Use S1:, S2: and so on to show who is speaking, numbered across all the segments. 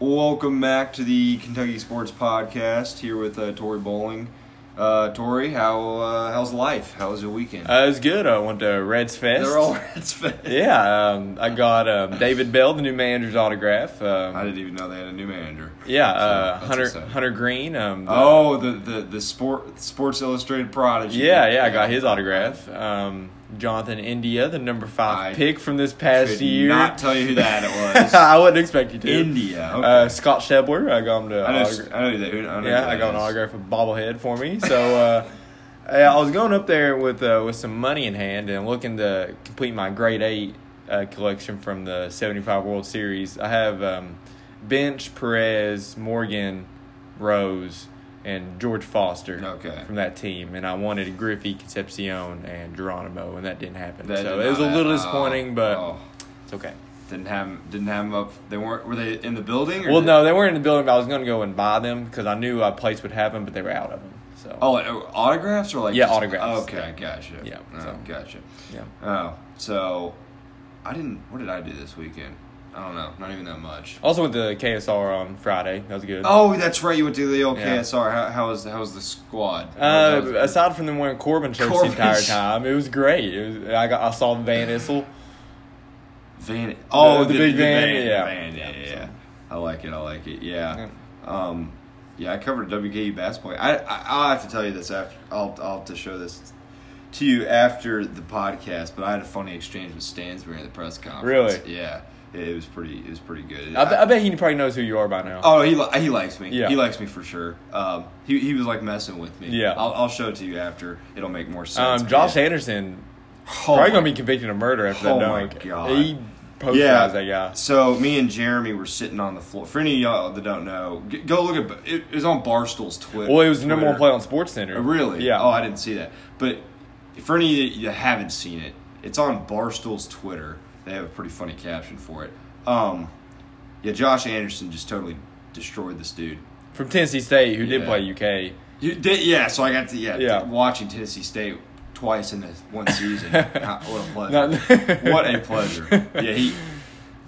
S1: Welcome back to the Kentucky Sports Podcast. Here with uh, Tori Bowling. Uh, Tori, how uh, how's life? How was your weekend?
S2: Uh, it was good. I went to Reds Fest.
S1: They're all Reds fans.
S2: yeah, um, I got um, David Bell, the new manager's autograph.
S1: I
S2: Um,
S1: didn't even know they had a new manager.
S2: yeah,
S1: So,
S2: uh,
S1: that's
S2: Hunter
S1: exciting.
S2: Hunter Green. Um, the-
S1: Oh, the the the sport Sports Illustrated prodigy.
S2: yeah, yeah, I got his autograph. Um, Jonathan India, the number five
S1: I
S2: pick from this
S1: Could
S2: past year.
S1: Not tell you who that was.
S2: I wouldn't expect you to.
S1: India. Okay.
S2: Uh, Scott Shebler, I got him to
S1: I know.
S2: autograph.
S1: I know who that. Who, I know who
S2: Yeah,
S1: that
S2: I got an
S1: is.
S2: autograph of bobblehead for me. So uh, yeah, I was going up there with uh, with some money in hand and looking to complete my grade eight uh, collection from the seventy five World Series. I have um, Bench, Perez, Morgan, Rose, and George Foster
S1: Okay.
S2: from that team, and I wanted Griffey, Concepcion, and Geronimo, and that didn't happen.
S1: That
S2: so
S1: did
S2: it was a
S1: not
S2: little
S1: happen.
S2: disappointing,
S1: Oh,
S2: but
S1: oh.
S2: it's okay.
S1: didn't have 'em- didn't have them up. They weren't. Were they in the building? Or
S2: Well,
S1: did-
S2: no, they weren't in the building. But I was going to go and buy them because I knew a place would have them, but they were out of them. So
S1: Oh, uh, autographs or like
S2: Yeah, autographs.
S1: Okay, gotcha.
S2: Yeah,
S1: Oh,
S2: so-
S1: gotcha.
S2: yeah.
S1: Oh, so I didn't. What did I do this weekend? I don't know. Not even that much.
S2: Also went to KSR on Friday. That was good.
S1: Oh, that's right. You went to the old
S2: Yeah.
S1: KSR. How, how was how was the squad? How was-
S2: Uh, aside from them wearing Corbin shirts
S1: Corbin
S2: the entire
S1: sh-
S2: time, it was great. It was, I got I saw Van Issel.
S1: Van. Oh,
S2: the big van,
S1: the
S2: yeah.
S1: van, yeah,
S2: Yeah,
S1: yeah,
S2: so-
S1: yeah. I like it. I like it. Yeah. Um, yeah. I covered WKU basketball. I, I I'll have to tell you this after. I'll I'll have to show this to you after the podcast. But I had a funny exchange with Stansbury at the press conference.
S2: Really?
S1: Yeah. It, it was pretty. It was pretty good.
S2: I, be- I bet he probably knows who you are by now. Um,
S1: Oh, he li- he likes me.
S2: Yeah.
S1: He likes me for sure. Um, he he was like messing with me.
S2: Yeah.
S1: I'll, I'll show it to you after. It'll make more sense.
S2: um, Josh
S1: Yeah.
S2: Anderson
S1: Oh
S2: probably gonna
S1: my
S2: be convicted of murder after
S1: Oh
S2: that
S1: my
S2: dunk.
S1: God.
S2: He posterized
S1: yeah.
S2: that guy.
S1: So me and Jeremy were sitting on the floor. For any of y'all that don't know, g- go look at it. It was on Barstool's Twitter.
S2: Well, he was the number one
S1: Twitter.
S2: play on Sports Center.
S1: Oh, Really?
S2: Yeah.
S1: Oh, I didn't see that. But for any of you that haven't seen it, it's on Barstool's Twitter. They have a pretty funny caption for it. Um, yeah, Josh Anderson just totally destroyed this dude.
S2: From Tennessee State, who did
S1: Yeah.
S2: play UK.
S1: You did, yeah. So I got to yeah,
S2: Yeah.
S1: watching Tennessee State twice in this one season. Ah, what a pleasure!
S2: Not-
S1: what a pleasure! Yeah, he.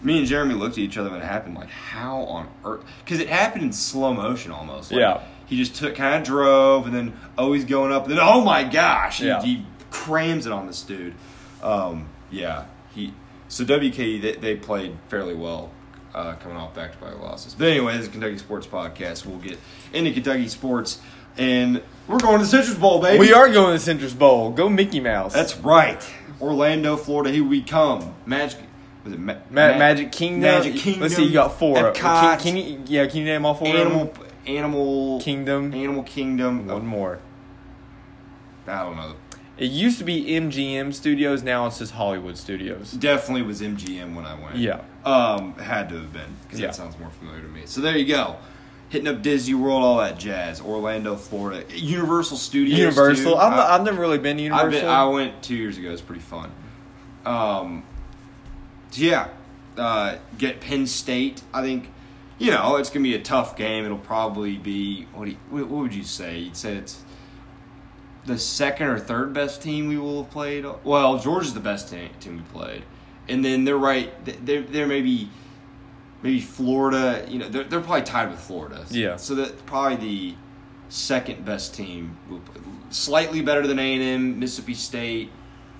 S1: Me and Jeremy looked at each other when it happened. Like, how on earth? Because it happened in slow motion almost. Like,
S2: Yeah.
S1: He just took kind of drove, and then oh he's going up, and then oh my gosh, he,
S2: Yeah.
S1: he crams it on this dude. Um, yeah, he. So WKU they, they played fairly well, uh, coming off back to back losses. But anyway, this is Kentucky Sports Podcast. We'll get into Kentucky sports, and we're going to the Citrus Bowl, baby.
S2: We are going to the Citrus Bowl. Go Mickey Mouse.
S1: That's right, Orlando, Florida. Here we come. Magic. Was it Ma-
S2: Ma-
S1: Ma-
S2: Magic Kingdom.
S1: Magic Kingdom.
S2: Let's see, you got four.
S1: Epcot.
S2: Can, can you, yeah, can you name all four? of them?
S1: Animal. Animal
S2: Kingdom.
S1: Animal Kingdom.
S2: One more.
S1: I don't know.
S2: It used to be MGM Studios. Now it's just Hollywood Studios.
S1: Definitely was MGM when I went.
S2: Yeah.
S1: Um, had to have been because
S2: Yeah.
S1: that sounds more familiar to me. So there you go, hitting up Disney World, all that jazz. Orlando, Florida, Universal Studios.
S2: Universal.
S1: dude.
S2: I'm
S1: I-
S2: not, I've never really been to
S1: I've
S2: Universal.
S1: been, I went two years ago. It's pretty fun. Um, yeah, uh, get Penn State. I think you know it's gonna be a tough game. It'll probably be what? Do you, what would you say? You'd say it's the second or third best team we will have played. Well, Georgia's the best te- team we played, and then they're right. They're they're maybe maybe Florida. You know, they're they're probably tied with Florida.
S2: Yeah.
S1: So that probably the second best team, we'll play. slightly better than A and M, Mississippi State.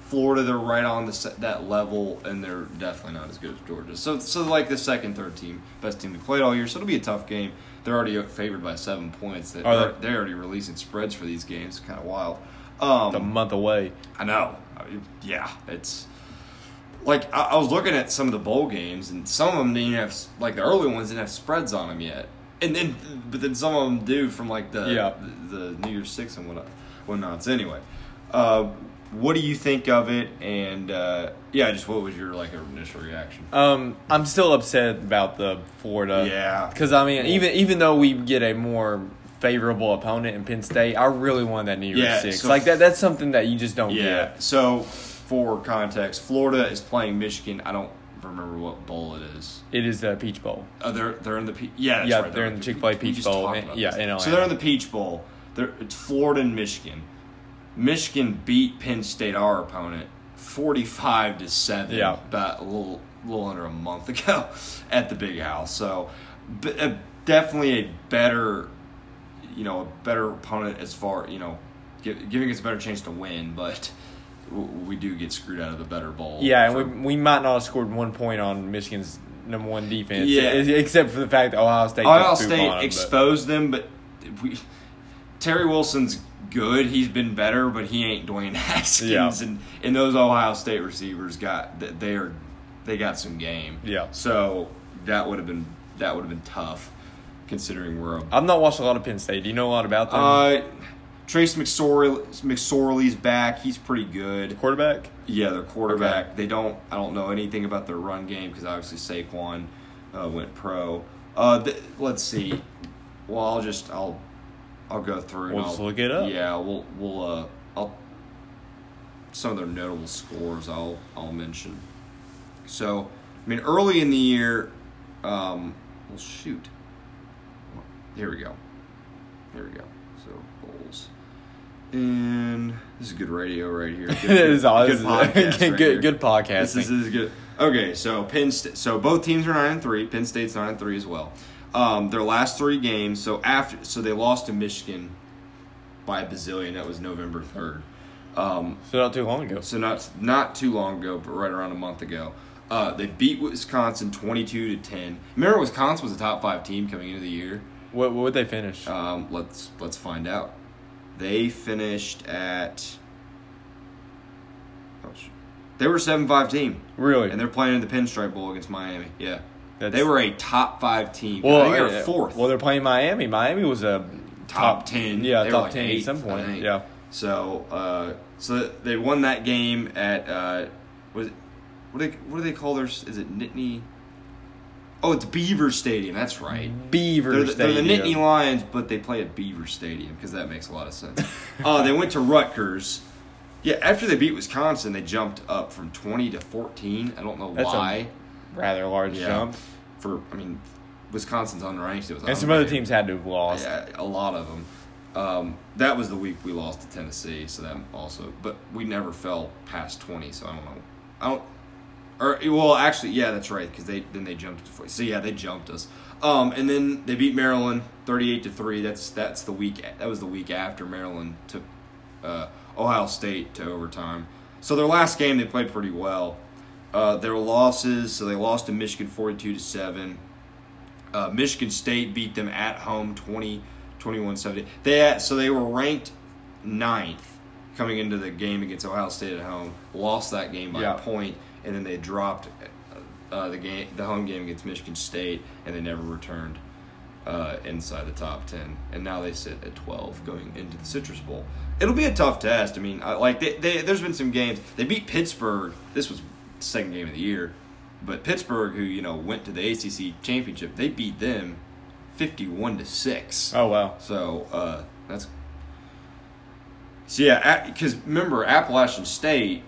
S1: Florida, they're right on the, se- that level, and they're definitely not as good as Georgia. So, so like the second, third team, best team we played all year. So it'll be a tough game. They're already favored by seven points. That
S2: Are
S1: they're,
S2: they?
S1: they're already releasing spreads for these games. Kind of wild. Um,
S2: a month away.
S1: I know. I mean, yeah, it's like I, I was looking at some of the bowl games, and some of them didn't even have s- like the early ones didn't have spreads on them yet, and then but then some of them do from like the
S2: Yeah.
S1: the, the New Year's Six and what whatnots. Anyway, uh, what do you think of it? And uh, yeah, just what was your like initial reaction?
S2: Um, I'm still upset about the Florida.
S1: Yeah.
S2: Because I mean, even even though we get a more favorable opponent in Penn State, I really won that New Year's
S1: Yeah,
S2: Six.
S1: so-
S2: like that. That's something that you just don't
S1: Yeah.
S2: get.
S1: So for context, Florida is playing Michigan. I don't remember what bowl it is.
S2: It is the Peach Bowl.
S1: Oh, they're they're in the Pe- yeah that's
S2: Yeah,
S1: right,
S2: they're in the Chick-fil-A
S1: we
S2: Peach
S1: just
S2: Bowl,
S1: talked
S2: and-
S1: about
S2: yeah,
S1: this.
S2: in
S1: so
S2: Atlanta.
S1: they're in the Peach Bowl. They're, it's Florida and Michigan. Michigan beat Penn State, our opponent, forty-five to seven.
S2: Yeah.
S1: about a little little under a month ago at the Big House. So b- a, definitely a better, you know, a better opponent as far you know, give, giving us a better chance to win. But w- we do get screwed out of the better ball.
S2: Yeah, and
S1: for-
S2: we, we might not have scored one point on Michigan's number one defense.
S1: Yeah.
S2: e- except for the fact that Ohio State.
S1: Ohio
S2: just pooped on
S1: State
S2: them, but-
S1: exposed them, but we, Terry Wilson's good. He's been better, but he ain't Dwayne Haskins.
S2: Yeah.
S1: And and those Ohio State receivers got th- they are they got some game.
S2: Yeah.
S1: So that would have been that would have been tough, considering we're a
S2: I've not watched a lot of Penn State. Do you know a lot about them?
S1: uh, Trace McSorley, McSorley's back. He's pretty good.
S2: Quarterback.
S1: Yeah, their quarterback. They don't. I don't know anything about their run game because obviously Saquon uh, went pro. Uh, th- let's see. Well, I'll just I'll I'll go through.
S2: We'll
S1: and
S2: just
S1: I'll-
S2: look it up.
S1: Yeah, we'll we'll uh I'll some of their notable scores I'll I'll mention. So I mean early in the year, um, well shoot, here we go, here we go. So bowls. And this is good radio right here. Good,
S2: It is all- this is-
S1: podcast right
S2: good-
S1: here.
S2: good podcasting.
S1: This is, this is good. Okay, so Penn State. So both teams are nine and three. Penn State's nine and three as well. Um, their last three games. So after, so they lost to Michigan by a bazillion. That was November third. Um,
S2: So not too long ago.
S1: so not not too long ago, but right around a month ago, uh, they beat Wisconsin twenty two to ten. Remember, Wisconsin was a top five team coming into the year.
S2: What what would they finish?
S1: Um, let's let's find out. They finished at. Oh, sh- they were a seven five team,
S2: really?
S1: and they're playing in the Pinstripe Bowl against Miami. Yeah,
S2: That's-
S1: they were a top five team.
S2: well,
S1: I think they
S2: uh,
S1: were fourth,
S2: Well, they're playing Miami. Miami was a
S1: top ten.
S2: Yeah,
S1: They were
S2: top
S1: like
S2: ten
S1: eighth,
S2: at some
S1: I
S2: point.
S1: think.
S2: Yeah.
S1: So, uh, so they won that game at uh, was it, what do they what do they call their? s- Is it Nittany? Oh, it's Beaver Stadium. That's right.
S2: Beaver
S1: They're the, they're the
S2: Stadium.
S1: Nittany Lions, but they play at Beaver Stadium because that makes a lot of sense. uh, they went to Rutgers. Yeah, after they beat Wisconsin, they jumped up from twenty to fourteen. I don't know
S2: That's a
S1: why.
S2: Rather large
S1: yeah,
S2: jump.
S1: for I mean, Wisconsin's unranked. It was
S2: And some other
S1: unranked.
S2: teams had to have lost.
S1: Yeah, a lot of them. Um, that was the week we lost to Tennessee, so that also. But we never fell past twenty, so I don't know. I don't. Or well, actually, yeah, that's right, because they then they jumped to forty. So yeah, they jumped us. Um, and then they beat Maryland thirty-eight to three. That's that's the week. That was the week after Maryland took uh, Ohio State to overtime. So their last game, they played pretty well. Uh, their losses, so they lost to Michigan forty-two to seven. Uh, Michigan State beat them at home 20, 21-17. They so they were ranked ninth coming into the game against Ohio State at home. Lost that game by
S2: Yeah.
S1: a point, and then they dropped uh, the game, the home game against Michigan State, and they never returned uh, inside the top ten. And now they sit at twelve going into the Citrus Bowl. It'll be a tough test. I mean, I, like they, they, there's been some games they beat Pittsburgh. This was the second game of the year, but Pittsburgh, who you know went to the ACC championship, they beat them fifty-one to six.
S2: Oh wow.
S1: So uh, that's so yeah. Because remember, Appalachian State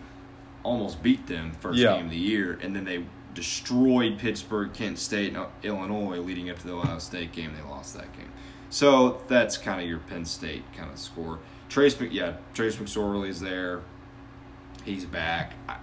S1: almost beat them first
S2: Yeah.
S1: game of the year, and then they destroyed Pittsburgh, Kent State, and uh, Illinois leading up to the Ohio State game. They lost that game. So that's kind of your Penn State kind of score. Trace, Mc- yeah, Trace McSorley is there. He's back. I,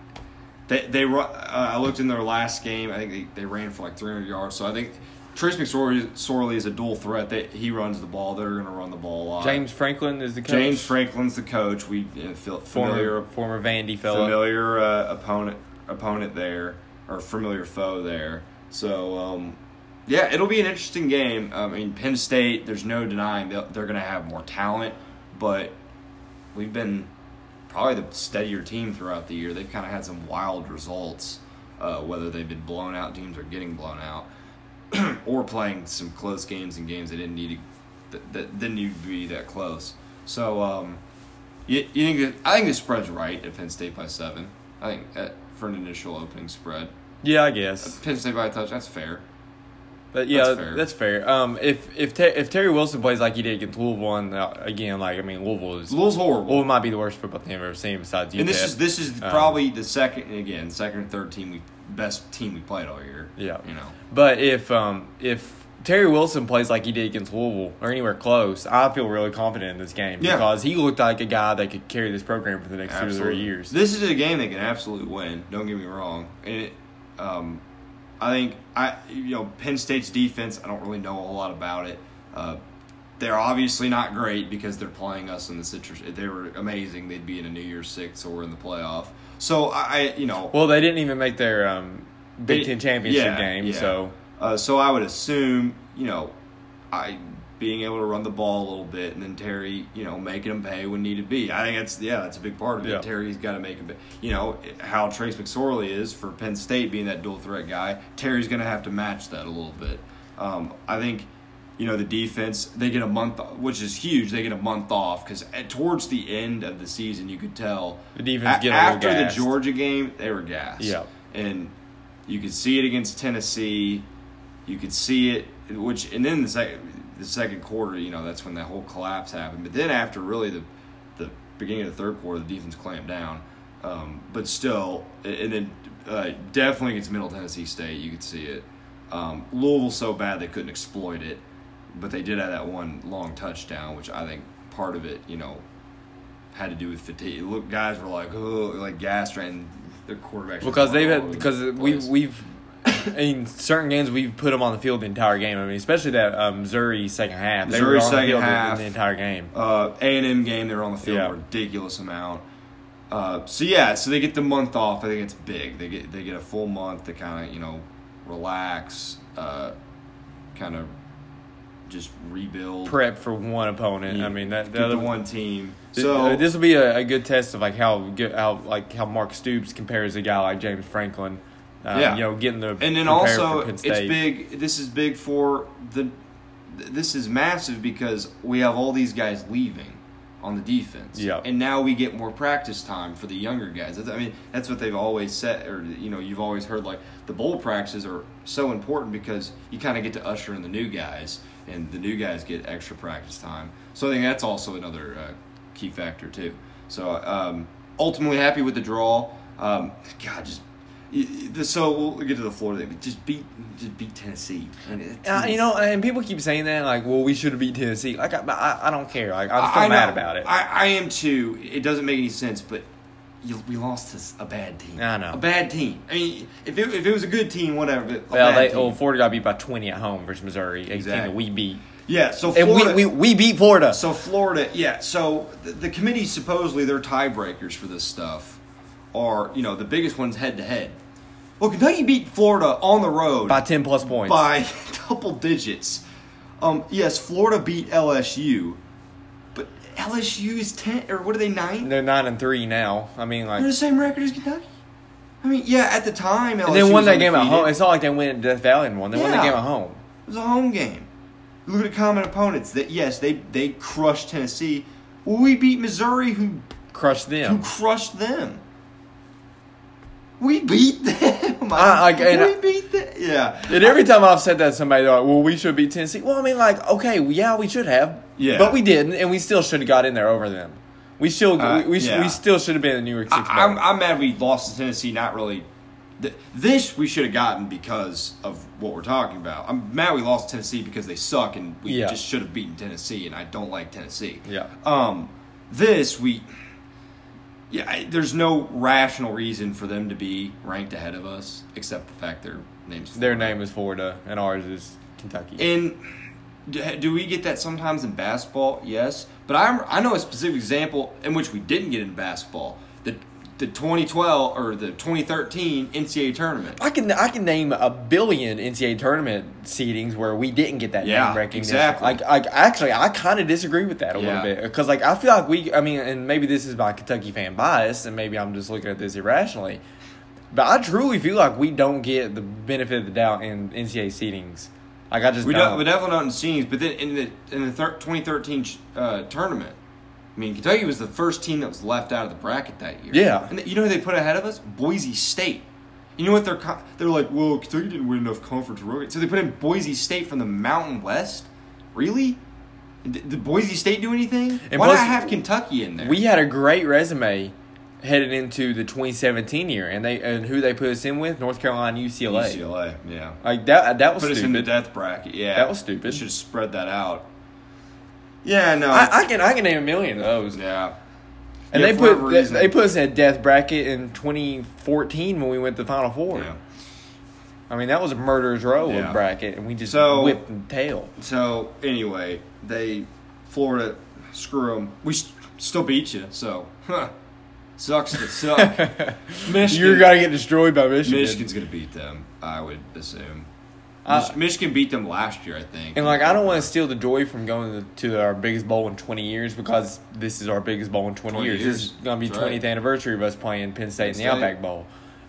S1: they they ru- uh, I looked in their last game. I think they, they ran for like 300 yards. So I think Trace McSorley Sorley is a dual threat. That he runs the ball. They're going to run the ball a lot.
S2: James Franklin is the coach.
S1: Uh, James Franklin's the coach. We uh, feel familiar
S2: former former Vandy fellow.
S1: familiar uh, opponent opponent there or familiar foe there. So um, yeah, it'll be an interesting game. I mean, Penn State. There's no denying they'll- they're going to have more talent, but we've been probably the steadier team throughout the year. They've kind of had some wild results, uh, whether they've been blown out teams or getting blown out, or playing some close games and games they didn't need to that, that didn't need to be that close. So um, you, you think that, I think the spread's right at Penn State by seven. I think that for an initial opening spread,
S2: Yeah, I guess.
S1: Penn State by a touch. That's fair.
S2: But yeah,
S1: That's
S2: that's
S1: fair.
S2: fair. Um, if if Ter- if Terry Wilson plays like he did against Louisville, and uh, again, like I mean, Louisville is
S1: Louisville's horrible.
S2: Louisville might be the worst football team I've ever seen besides UTEP.
S1: and this is this is
S2: Oh, Um,
S1: probably the second and again second and third team we best team we played all year.
S2: Yeah.
S1: you know.
S2: But if um if Terry Wilson plays like he did against Louisville or anywhere close, I feel really confident in this game
S1: Yeah.
S2: because he looked like a guy that could carry this program for the next two or three years.
S1: This is a game they can absolutely win. Don't get me wrong. And it, um, I think I you know Penn State's defense. I don't really know a whole lot about it. Uh, they're obviously not great because they're playing us in the citrus. If they were amazing, they'd be in a New Year's Six or in the playoff. So I, I you know,
S2: Well, they didn't even make their um, Big
S1: They-
S2: Ten championship
S1: yeah,
S2: game,
S1: yeah.
S2: so
S1: Uh, so I would assume, you know, I being able to run the ball a little bit, and then Terry, you know, making him pay when needed be. I think that's yeah, that's a big part of it.
S2: Yeah.
S1: Terry's got to make him, pay. you know, how Trace McSorley is for Penn State being that dual threat guy. Terry's going to have to match that a little bit. Um, I think. You know the defense; they get a month, which is huge. They get a month off because towards the end of the season, you could tell
S2: The defense
S1: a-
S2: get a little
S1: after
S2: gassed.
S1: the Georgia game, they were gassed.
S2: Yeah.
S1: and you could see it against Tennessee. You could see it, which and then the second the second quarter, you know, that's when that whole collapse happened. But then after really the the beginning of the third quarter, the defense clamped down. Um, but still, and then uh, definitely against Middle Tennessee State, you could see it. Um, Louisville so bad they couldn't exploit it, but they did have that one long touchdown, which I think part of it, you know, had to do with fatigue. Look, guys were like, oh, like gassed, and their quarterbacks were
S2: because they've
S1: all over
S2: had
S1: the
S2: because we
S1: place.
S2: we've in certain games we've put them on the field the entire game. I mean, especially that um, Missouri second half. They were
S1: Missouri
S2: on the
S1: second
S2: field
S1: half.
S2: in the entire game.
S1: uh, A&M game. They were on the field
S2: Yeah.
S1: a ridiculous amount. Uh, so yeah, so they get the month off. I think it's big. They get they get a full month to kind of you know relax, uh, kind of just rebuild.
S2: Prep for one opponent. I mean, that
S1: Get
S2: the other
S1: the
S2: one.
S1: one team.
S2: So
S1: So
S2: this will uh, be a, a good test of like how good how like how Mark Stoops compares a guy like James Franklin. Um,
S1: Yeah.
S2: you know, getting the
S1: and then
S2: prepare
S1: also
S2: for Penn
S1: it's
S2: State.
S1: big. This is big for the. This is massive because we have all these guys leaving on the defense.
S2: Yeah.
S1: and now we get more practice time for the younger guys. That's- I mean, that's what they've always said, or you know, you've always heard like the bowl practices are so important because you kind of get to usher in the new guys, and the new guys get extra practice time. So I think that's also another uh, key factor too. So um, ultimately, happy with the draw. Um, God, just. y- y- the- So we'll get to the Florida thing, but just beat, just beat Tennessee. And it-
S2: Uh, you know, and people keep saying that, like, well, we should have beat Tennessee. Like, I, I, I don't care. Like, I'm still
S1: I know.
S2: mad about it.
S1: I, I am too. It doesn't make any sense, but you, we lost to s- a bad team.
S2: I know.
S1: a bad team. I mean, if it, if it was a good team, whatever. But a
S2: well,
S1: bad
S2: they,
S1: team.
S2: well, Florida got beat by 20 at home versus Missouri, a team
S1: Exactly.
S2: that we beat.
S1: yeah. So
S2: And
S1: Florida,
S2: we, we, we beat Florida.
S1: so Florida, yeah. So the, the committee supposedly their tiebreakers for this stuff are you know the biggest ones head to head. Well, Kentucky beat Florida on the road
S2: by 10 plus points.
S1: by double digits. Um, yes, Florida beat LSU, but LSU is ten or what are they nine?
S2: They're 9 and 3 now. I mean, like.
S1: They're the same record as Kentucky. I mean, yeah, at the time, LSU
S2: And they won
S1: was
S2: that game at
S1: undefeated.
S2: home. It's not like they went to Death Valley and won. They won that
S1: Yeah.
S2: game at home.
S1: It was a home game. Look at common opponents. That yes, they they crushed Tennessee. Well, we beat Missouri, who
S2: Crushed
S1: who
S2: them.
S1: crushed them. We beat them.
S2: I- I- and
S1: we
S2: I-
S1: beat them. Yeah.
S2: And every time I've said that to somebody, they're like, well, we should beat Tennessee. Well, I mean, like, okay, well, yeah, we should have.
S1: Yeah.
S2: But we didn't, and we still should have got in there over them. We still,
S1: Uh,
S2: we, we,
S1: yeah.
S2: we still should have been in the New York Six.
S1: I, I'm,
S2: Bowl.
S1: I'm mad we lost to Tennessee. Not really. th- This we should have gotten because of what we're talking about. I'm mad we lost to Tennessee because they suck and we
S2: Yeah.
S1: just should have beaten Tennessee. And I don't like Tennessee.
S2: Yeah.
S1: Um, this we, yeah, I, there's no rational reason for them to be ranked ahead of us except the fact their names.
S2: Their name is Florida, and ours is Kentucky.
S1: And do do we get that sometimes in basketball? Yes, but I I know a specific example in which we didn't get in basketball the the 2012 or the 2013 NCAA tournament.
S2: I can I can name a billion NCAA tournament seedings where we didn't get that
S1: Yeah,
S2: name recognition.
S1: exactly.
S2: Like, like actually, I kind of disagree with that a
S1: Yeah.
S2: little bit because like I feel like we. I mean, and maybe this is my Kentucky fan bias, and maybe I'm just looking at this irrationally. But I truly feel like we don't get the benefit of the doubt in NCAA seedings. Like I just
S1: We
S2: don't.
S1: don't, we definitely don't in scenes, but then in the in the thir- 2013 uh, tournament, I mean Kentucky was the first team that was left out of the bracket that year.
S2: Yeah.
S1: and you know who they put ahead of us? Boise State. You know what they're co- they're like? Well, Kentucky didn't win enough conference road, so they put in Boise State from the Mountain West. Really? Did, did Boise State do anything?
S2: And
S1: Why not
S2: plus-
S1: have Kentucky in there?
S2: we had a great resume headed into the 2017 year, and they and who they put us in with North Carolina, UCLA.
S1: UCLA, yeah.
S2: Like that. That was
S1: Put us in the
S2: stupid.
S1: death bracket. Yeah,
S2: That was stupid.
S1: Should have spread that out. Yeah, no.
S2: I, I can I can name a million of those.
S1: yeah.
S2: And
S1: Yeah,
S2: they
S1: for
S2: put
S1: whatever
S2: they,
S1: reason.
S2: they put us in a death bracket in 2014 when we went to the Final Four.
S1: Yeah.
S2: I mean, that was a murderer's row
S1: Yeah.
S2: of bracket, and we just
S1: So-
S2: whipped the tail.
S1: So anyway, they Florida, screw them. We s still beat you, so huh. sucks to suck. Michigan,
S2: You're gonna get destroyed by Michigan.
S1: Michigan's gonna beat them. I would assume.
S2: Uh,
S1: Mich- Michigan beat them last year, I think.
S2: And like, I don't want to steal the joy from going to, to our biggest bowl in 20 years because this is our biggest bowl in 20,
S1: 20
S2: years. This
S1: years.
S2: is gonna be
S1: That's
S2: 20th
S1: right.
S2: anniversary of us playing Penn State in the
S1: Penn State.
S2: Outback Bowl.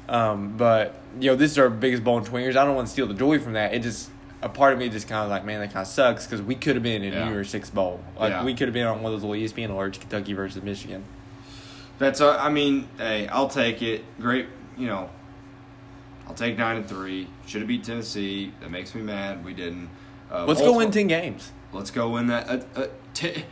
S2: Um, but you know, this is our biggest bowl in 20 years. I don't want to steal the joy from that. It just a part of me just kind of like, man, that kind of sucks because we could have been in
S1: Yeah.
S2: a New Year's Six bowl. Like,
S1: Yeah.
S2: we could have been on one of those little E ESPN alerts, Kentucky versus Michigan.
S1: That's uh, I mean, hey, I'll take it. Great, you know. I'll take nine and three. Should have beat Tennessee. That makes me mad. We didn't. Uh,
S2: Let's go win
S1: multiple-
S2: 10 games.
S1: Let's go win that. Uh, uh, t-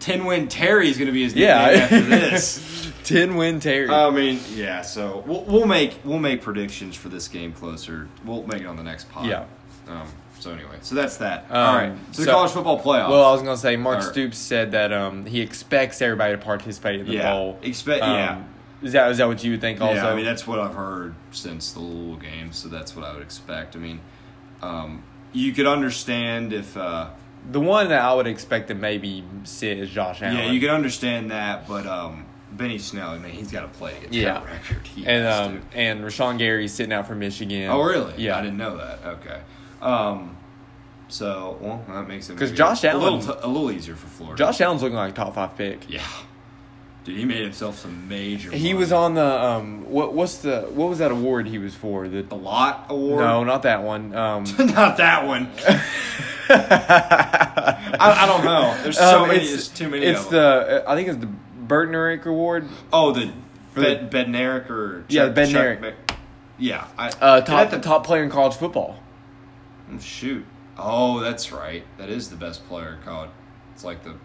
S1: ten win Terry is going to be his
S2: Yeah,
S1: nickname after this.
S2: 10 win Terry.
S1: I mean, yeah. So we'll, we'll make we'll make predictions for this game closer. We'll make it on the next pod.
S2: Yeah.
S1: Um, so anyway, so that's that.
S2: Um,
S1: All right. So, the
S2: so-
S1: college football playoff.
S2: Well, I was gonna say Mark
S1: Or-
S2: Stoops said that um, he expects everybody to participate in the
S1: Yeah,
S2: bowl.
S1: expe-
S2: Um,
S1: yeah.
S2: Is that is that what you would think? Also,
S1: yeah, I mean that's what I've heard since the Louisville game. So that's what I would expect. I mean, um, you could understand if. Uh,
S2: the one that I would expect to maybe sit is Josh Allen.
S1: yeah, you could understand that, but um, Benny Snell, man, he's got to play against
S2: Yeah.
S1: that record. He
S2: and
S1: has to.
S2: um, and Rashawn Gary's sitting out for Michigan.
S1: Oh, really?
S2: Yeah,
S1: I didn't know that. Okay. Um, so, well, that makes it
S2: 'Cause
S1: maybe
S2: Josh
S1: a little,
S2: Allen-
S1: t- a little easier for Florida.
S2: Josh Allen's looking like a top five pick.
S1: yeah, dude, he made himself some major.
S2: He
S1: money.
S2: was on the um, what what's the what was that award he was for? The
S1: the Lot Award.
S2: no, not that one. Um,
S1: not that one. I, I don't know. There's so
S2: um,
S1: many.
S2: it's-
S1: There's too many.
S2: It's
S1: of them.
S2: the uh, I think it's the Bertnerick Award.
S1: oh the
S2: for
S1: Bed, Bednarik or
S2: Yeah,
S1: Chuck-
S2: Bednarik.
S1: Chuck Be- yeah, I,
S2: Uh,
S1: and
S2: top
S1: at the
S2: top player in college football.
S1: Mm, Shoot. Oh, that's right. That is the best player called. It's like the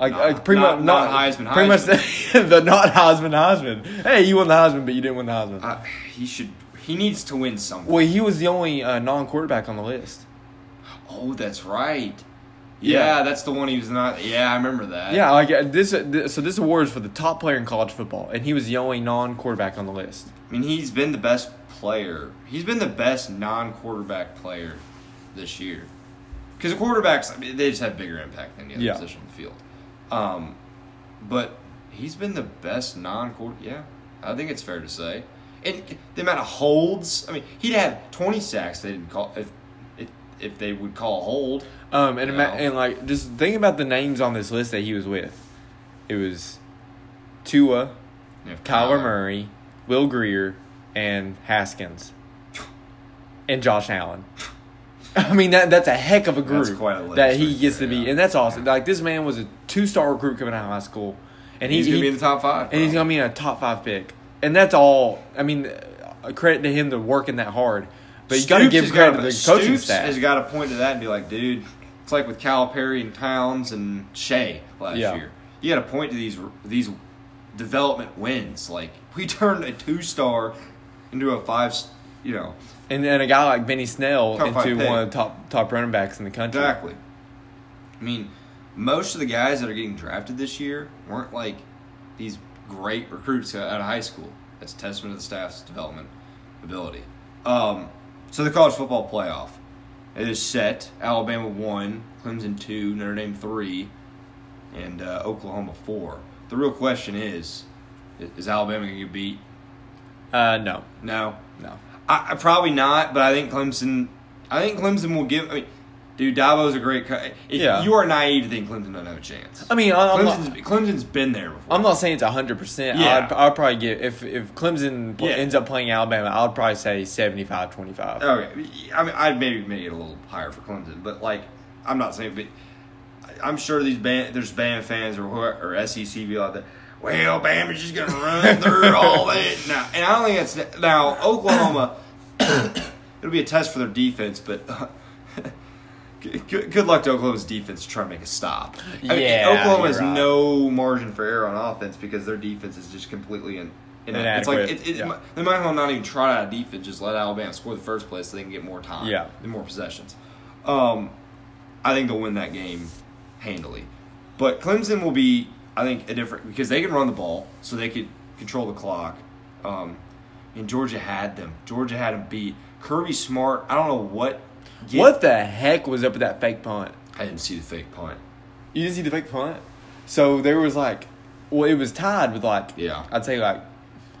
S2: Like,
S1: Not-
S2: like pretty
S1: not-
S2: much
S1: not Heisman,
S2: Pretty much the not Heisman Heisman. Hey, you won the Heisman, but you didn't win the Heisman.
S1: uh, he should. He needs to win something.
S2: well, he was the only uh, non-quarterback on the list.
S1: Oh, that's right. Yeah, that's the one he was not. Yeah, I remember that.
S2: Yeah, like uh, this, uh, th So this award is for the top player in college football, and he was the only non-quarterback on the list.
S1: I mean, he's been the best player. He's been the best non-quarterback player this year. Because the quarterbacks, I mean, they just have bigger impact than the other
S2: Yeah.
S1: position on the field. Um, but he's been the best non-quarter. Yeah, I think it's fair to say. And the amount of holds. I mean, he'd have twenty sacks. They didn't call if if, if they would call a hold.
S2: Um, and ima-
S1: No.
S2: and like just think about the names on this list that he was with. It was Tua,
S1: And if
S2: Kyler Murray, Will Greer, and Haskins, and Josh Allen. I mean that that's a heck of a group
S1: That's quite a list
S2: that he
S1: right
S2: gets
S1: there,
S2: to be,
S1: yeah.
S2: and that's awesome. Like this man was a two star recruit coming out of high school, and he-
S1: He's gonna
S2: he-
S1: be in the top five.
S2: and he's
S1: probably.
S2: gonna be in a top five pick, and that's all. I mean, uh, credit to him to working that hard, but you got to
S1: Stoops
S2: give
S1: has
S2: credit to
S1: gotta-
S2: the coaching
S1: Stoops
S2: staff.
S1: has got to point to that and be like, dude, it's like with Calipari and Towns and Shea last
S2: Yeah.
S1: year. You got to point to these these development wins. Like we turned a two star into a five. s- You know
S2: and then a guy like Benny Snell
S1: Top five
S2: into
S1: pick.
S2: one of the top top running backs in the country.
S1: exactly. I mean, most of the guys that are getting drafted this year weren't like these great recruits out of high school. That's a testament to the staff's development ability. Um, so the college football playoff. It is set. Alabama one, Clemson two, Notre Dame three, and uh, Oklahoma four. The real question is, i- is Alabama going to get beat?
S2: Uh, no,
S1: No,
S2: no.
S1: I, I probably not, but I think Clemson. I think Clemson will give. I mean, dude, Davo's a great. Co- if
S2: Yeah.
S1: you are naive to think Clemson doesn't have a chance.
S2: I mean, I- I'm not-
S1: Clemson's, Clemson's been there before.
S2: I'm not saying it's hundred percent.
S1: Yeah.
S2: I'd, I'd probably give if if Clemson pl-
S1: Yeah. Oh,
S2: ends up playing Alabama, I'd probably say 75-25.
S1: Okay, I mean, I'd maybe make it a little higher for Clemson, but like, I'm not saying. But I- I'm sure these band, there's band fans or whoever- or E SEC people out there. Well, Bama's just gonna run through all that now, and I don't think that's now Oklahoma. it'll be a test for their defense, but. uh, Good, good luck to Oklahoma's defense trying to make a stop.
S2: Yeah,
S1: Oklahoma
S2: you're
S1: has
S2: right.
S1: no margin for error on offense because their defense is just completely in, in It's like
S2: Inadequate,
S1: it, it,
S2: yeah.
S1: they might as well not even try out a defense, just let Alabama score the first place so they can get more time
S2: Yeah.
S1: and more possessions. Um, I think they'll win that game handily. But Clemson will be, I think, a different because they can run the ball, so they could control the clock. Um, and Georgia had them. Georgia had them beat. Kirby Smart, I don't know what. get-
S2: What the heck was up with that fake punt?
S1: I didn't see the fake punt.
S2: You didn't see the fake punt? So there was like, well, it was tied with like,
S1: Yeah.
S2: I'd say like,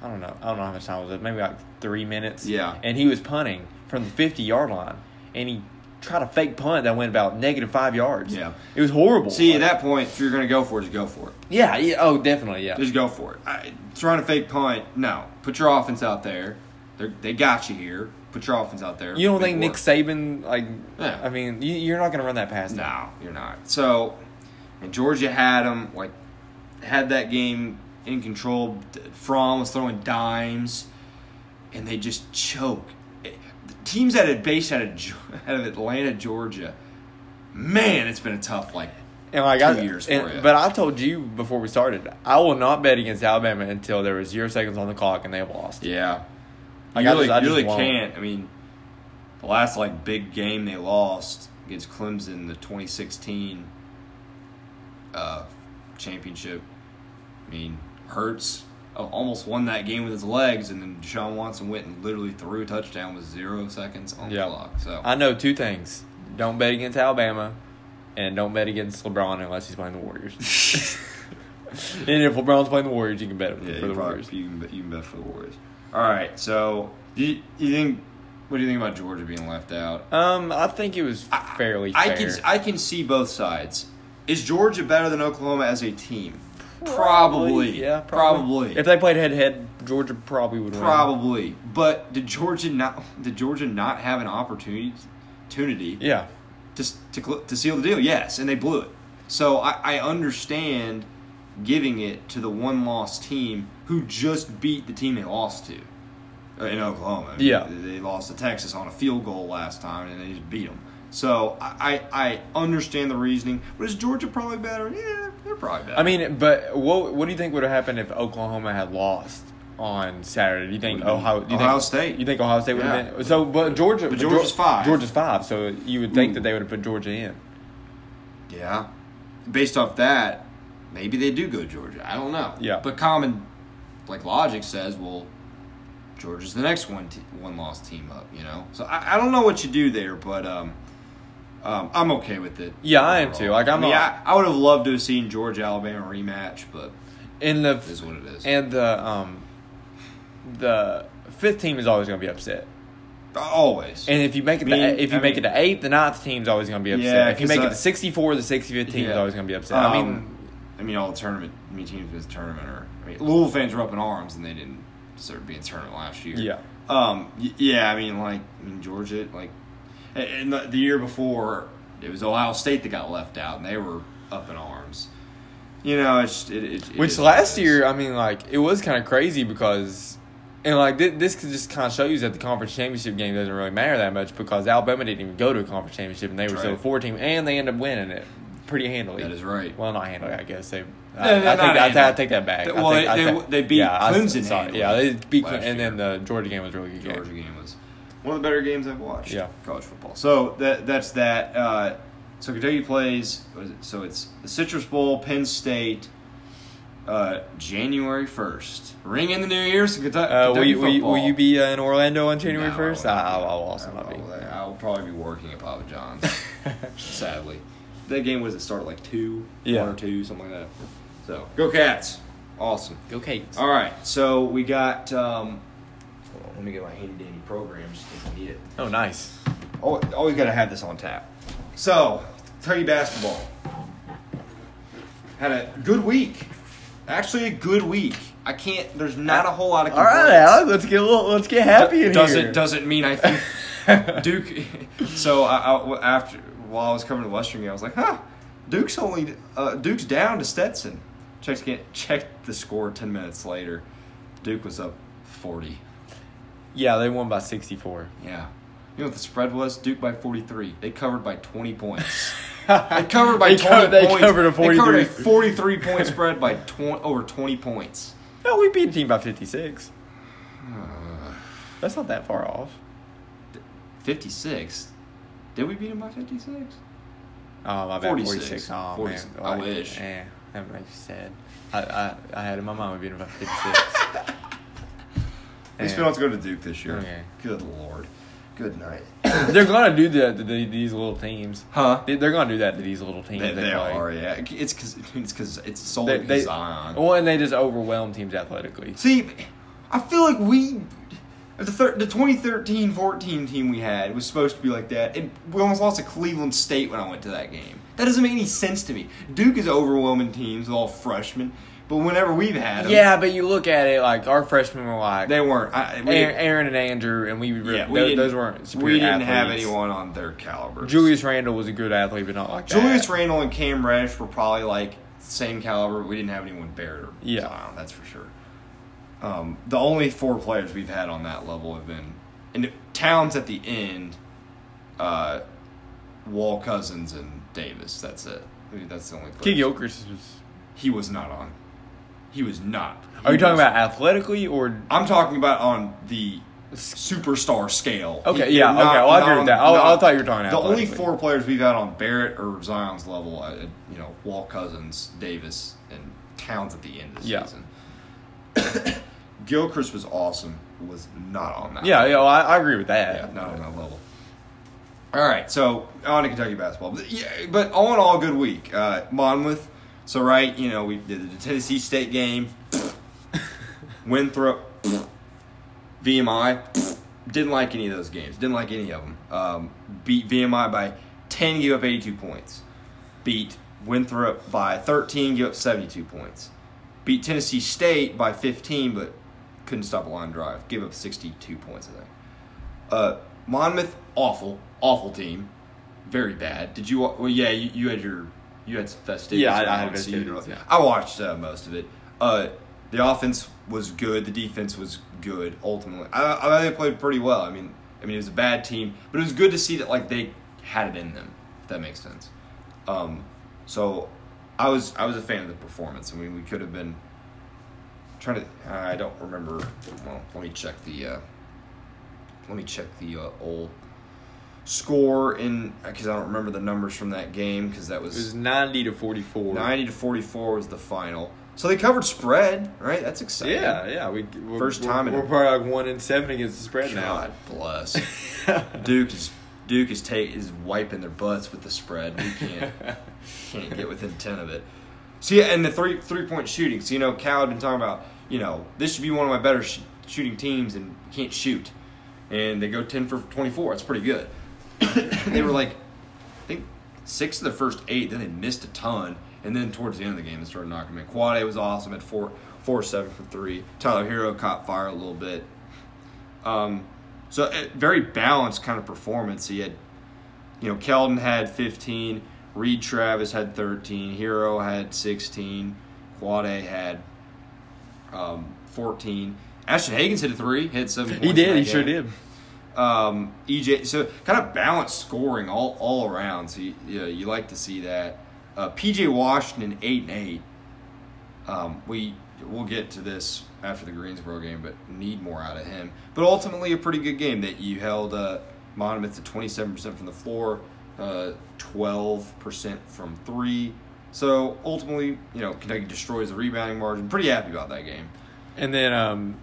S2: I don't know, I don't know how much time was it, maybe like three minutes.
S1: Yeah.
S2: And he was punting from the 50 yard line and he tried a fake punt that went about negative five yards.
S1: Yeah.
S2: It was horrible.
S1: See, at
S2: Like,
S1: that point, if you're going to go for it, just go for it.
S2: Yeah, yeah, oh, definitely, yeah.
S1: Just go for it. I, trying to fake punt, no. Put your offense out there. They're, they got you here. Put your offense out there.
S2: You don't
S1: Make
S2: think
S1: it
S2: Nick
S1: work.
S2: Saban, like,
S1: Yeah.
S2: I mean, you, you're not going to run that past him.
S1: No, you're not. So, and Georgia had them like had that game in control. From was throwing dimes, and they just choke. It- the teams that had based out of Ge- out of Atlanta, Georgia, man, it's been a tough like.
S2: And like
S1: Two
S2: I,
S1: years
S2: and-
S1: for it.
S2: But I told you before we started, I will not bet against Alabama until there was zero seconds on the clock and they have lost.
S1: Yeah,
S2: Like,
S1: you
S2: I
S1: really,
S2: just- I
S1: you
S2: just
S1: really
S2: won't.
S1: can't. I mean, the last like big game they lost against Clemson, the 2016 uh, championship. I mean, Hurts uh, almost won that game with his legs, and then Deshaun Watson went and literally threw a touchdown with zero seconds on the
S2: Yeah.
S1: clock. So
S2: I know two things: don't bet against Alabama, and don't bet against LeBron unless he's playing the Warriors. and if LeBron's playing the Warriors, you can bet him
S1: yeah, you,
S2: for the
S1: probably,
S2: Warriors.
S1: you, can bet, you can bet for the Warriors. All right, so do you, you think? What do you think about Georgia being left out?
S2: Um, I think it was fairly
S1: I
S2: fair.
S1: can I can see both sides. Is Georgia better than Oklahoma as a team? Probably.
S2: yeah,
S1: probably.
S2: If they played head to head, Georgia probably would win.
S1: Probably. But did Georgia not did Georgia not have an opportunity opportunity
S2: Yeah,
S1: to, s- to cl- to seal the deal? Yes, and they blew it. So I, I understand giving it to the one loss team who just beat the team they lost to uh, in Oklahoma. I mean,
S2: Yeah.
S1: they lost to Texas on a field goal last time, and they just beat them. So I, I, I understand the reasoning. But is Georgia probably better? Yeah, they're probably better.
S2: I mean, but what what do you think would have happened if Oklahoma had lost? On Saturday, do you think
S1: Would've been
S2: Ohio? Do you
S1: Ohio
S2: think,
S1: State.
S2: You think Ohio State would
S1: Yeah.
S2: have been so? But Georgia,
S1: But
S2: Geor-
S1: Georgia's five. Mm.
S2: Georgia's five, so you would think
S1: Ooh.
S2: that they would have put Georgia in.
S1: yeah. Based off that, maybe they do go Georgia. I don't know.
S2: Yeah.
S1: But common, like logic says, well, Georgia's the next one t- one loss team up. You know. So I, I don't know what you do there, but um, um, I'm okay with it.
S2: Yeah, I am too. Like, I'm
S1: I mean,
S2: not-
S1: I, I would have loved to have seen Georgia Alabama rematch, but
S2: And the
S1: it is what it is.
S2: and the um the fifth team is always going to be upset.
S1: Always.
S2: And if you make it
S1: Mean-
S2: to, if you
S1: I
S2: make
S1: mean-
S2: it to eighth, the ninth team's always going to be upset.
S1: Yeah,
S2: if you
S1: 'cause
S2: make
S1: I-
S2: it to sixty four, the sixty fifth team is
S1: Yeah.
S2: always going to be upset.
S1: Um,
S2: I mean,
S1: I mean, all the tournament, I mean, teams with tournament are. I mean, Louisville fans were up in arms, and they didn't deserve to be in tournament last year.
S2: Yeah.
S1: Um. y- Yeah. I mean, like, I mean, Georgia, like, a- and the, the year before, it was Ohio State that got left out, and they were up in arms. You know, it's it. it, it
S2: which
S1: is what it
S2: last
S1: is.
S2: year, I mean, like it was kind of crazy because. And like thi- this could just kind of show you that the conference championship game doesn't really matter that much because Alabama didn't even go to a conference championship and they were
S1: That's
S2: still a
S1: right.
S2: four team and they end up winning it pretty handily.
S1: That is right.
S2: Well, not handily, I guess. They,
S1: no,
S2: I,
S1: not
S2: I, take, that- I,
S1: handily.
S2: take that back.
S1: They-
S2: I
S1: well,
S2: think-
S1: they-
S2: I
S1: they-
S2: think-
S1: they beat
S2: I-
S1: Clemson
S2: sorry,
S1: handily
S2: yeah, they beat Cle-
S1: last
S2: and then
S1: year.
S2: the Georgia game was a really good. game.
S1: Georgia game was one of the better games I've watched.
S2: Yeah.
S1: college football. So that that's that. Uh, so Kentucky plays. what is it? So it's the Citrus Bowl, Penn State, uh, January first. Ring in the New Year's. Kentucky,
S2: Uh, will,
S1: Kentucky
S2: you, will, you, will
S1: football.
S2: you be uh, in Orlando on January
S1: No,
S2: first?
S1: I
S2: I, I, I
S1: won't.
S2: will also not be.
S1: I will- I will probably be working at Papa John's. sadly, that game was it started like two,
S2: Yeah.
S1: one or two, something like that. So go Cats! Awesome.
S2: Okay.
S1: All right, so we got. Um, hold on, let me get my handy dandy programs if I need it.
S2: Oh, nice.
S1: Always, always got to have this on tap. So, Kentucky basketball had a good week. Actually, a good week. I can't. There's not a whole lot of.
S2: All right, Alex. Let's get a little, let's get happy in
S1: doesn't
S2: here.
S1: doesn't mean I think Duke. So I, I- after while I was coming to Western, I was like, huh, Duke's only uh, Duke's down to Stetson. Checked again, checked the score ten minutes later. Duke was up forty.
S2: Yeah, they won by sixty four.
S1: Yeah. You know what the spread was? Duke by 43. They covered by 20 points. they covered by 20
S2: They covered- they
S1: points.
S2: covered a
S1: They covered a
S2: 43.
S1: 43 point spread by 20, over 20 points.
S2: No, we beat a team by fifty six. That's not that far off.
S1: 56. Did we beat them by 56?
S2: Oh, my bad.
S1: 46.
S2: 46. Oh,
S1: 46.
S2: man.
S1: I wish.
S2: Eh, that makes me sad. I, I, I had in my mind we beat them by 56.
S1: At least we
S2: Eh.
S1: don't have to go to Duke this year.
S2: Okay.
S1: Good lord. Good night.
S2: They're gonna do that to the, these little teams.
S1: Huh?
S2: They, they're gonna do that to these little teams.
S1: They, they
S2: play.
S1: are, yeah. It's because it's, 'cause it's
S2: They,
S1: solely 'cause
S2: they, Oh.
S1: Zion.
S2: well, and they just overwhelm teams athletically.
S1: See, I feel like we. The, thir- the 2013-14 team we had was supposed to be like that, and we almost lost to Cleveland State when I went to that game. That doesn't make any sense to me. Duke is overwhelming teams with all freshmen, but whenever we've had them,
S2: Yeah, but you look at it like our freshmen were like
S1: they weren't. I, we
S2: Aaron,
S1: didn't-
S2: Aaron and Andrew, and we, were
S1: yeah, we
S2: those,
S1: didn't-
S2: those weren't.
S1: We
S2: superior
S1: didn't have
S2: athletes.
S1: anyone on their caliber.
S2: Julius Randle was a good athlete, but not like
S1: Julius
S2: that.
S1: Randle and Cam Reddish were probably like same caliber. We didn't have anyone Barrett or
S2: Yeah.
S1: Zion, that's for sure. Um, the only four players we've had on that level have been and Towns at the end, uh, Wall Cousins and Davis. That's it. I mean, that's the only.
S2: Kid
S1: players.
S2: Gilchrist was.
S1: He was not on. He was not. He
S2: Are you talking
S1: was-
S2: about athletically or
S1: I'm talking about on the superstar scale.
S2: Okay, yeah, okay, well, I agree with that. I'll- I thought you were talking
S1: The only
S2: athletically.
S1: four players we've had on Barrett or Zion's level, uh, you know, Wall Cousins, Davis, and Towns at the end of the
S2: Yeah.
S1: season. Gilchrist was awesome. Was not on that.
S2: Yeah, yeah, well, I, I agree with that.
S1: Yeah, not on that level. All right, so on to Kentucky basketball. But, yeah, but all in all, good week. Uh, Monmouth. So right, you know, we did the Tennessee State game. Winthrop. VMI. Didn't like any of those games. Didn't like any of them. Um, beat VMI by 10, gave up 82 points. Beat Winthrop by 13, gave up 72 points. Beat Tennessee State by 15, but couldn't stop a line drive. Give up 62 points, I think. Uh, Monmouth, awful, awful team, very bad. Did you? wa- Well, yeah, you, you had your you had some festivities.
S2: Yeah, I- I
S1: going
S2: had
S1: on, so you
S2: festivities,
S1: didn't-
S2: yeah.
S1: I watched uh, most of it. Uh, the offense was good. The defense was good. Ultimately, I, I thought they played pretty well. I mean, I mean it was a bad team, but it was good to see that like they had it in them. If that makes sense. Um, so I was I was a fan of the performance. I mean, we could have been trying to. uh, I don't remember. Well, let me check the. Uh, let me check the uh, old score in because I don't remember the numbers from that game because that
S2: It
S1: was,
S2: was 90 to 44.
S1: ninety to forty four was the final. So they covered spread, right? That's exciting.
S2: Yeah, yeah. We, we're,
S1: 1st
S2: we're-
S1: time in
S2: We're,
S1: a-
S2: probably like 1 in 7 against the spread
S1: God bless.
S2: now.
S1: Duke is Duke is ta- is wiping their butts with the spread. We can't can't get within ten of it. So yeah, and the three three point shooting. So you know, Cal had been talking about you know this should be one of my better sh- shooting teams, and we can't shoot. And they go ten for twenty four. That's pretty good. they were like, I think six of the first eight. Then they missed a ton, and then towards the end of the game, they started knocking them in. Quade was awesome at four four seven for three. Tyler Hero caught fire a little bit. Um, so a very balanced kind of performance. He had, you know, Keldon had 15, Reed Travis had 13, Hero had 16, Quade had um, 14. Ashton Hagens hit a three, hit seven.
S2: he
S1: points in
S2: did. He
S1: that
S2: sure
S1: game.
S2: did.
S1: Um, EJ, so kind of balanced scoring all all around. So you, you, know, you like to see that. Uh, PJ Washington eight and eight. Um, we we'll get to this after the Greensboro game, but need more out of him. But ultimately, a pretty good game that you held uh, Monmouth to twenty seven percent from the floor, uh, twelve percent from three. So ultimately, you know Kentucky destroys the rebounding margin. Pretty happy about that game.
S2: And then um,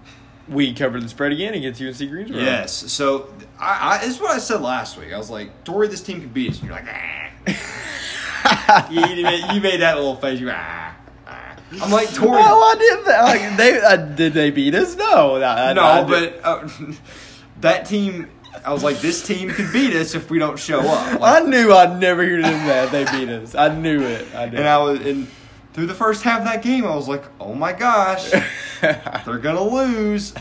S2: we covered the spread again against UNC Greensboro.
S1: Yes. So I, I, this is what I said last week. I was like, Dory, this team can beat us. And you're like, ah. you, you made, you made that little face. You, ah, ah. I'm like, Dory.
S2: Well, I did that. Like, they, uh, did they beat us? No. I- I- I
S1: no,
S2: did-
S1: but uh, that team. I was like, this team can beat us if we don't show up. Like,
S2: I knew I'd never hear them that. They beat us. I knew it. I did.
S1: and I was and through the first half of that game, I was like, oh my gosh, they're gonna lose.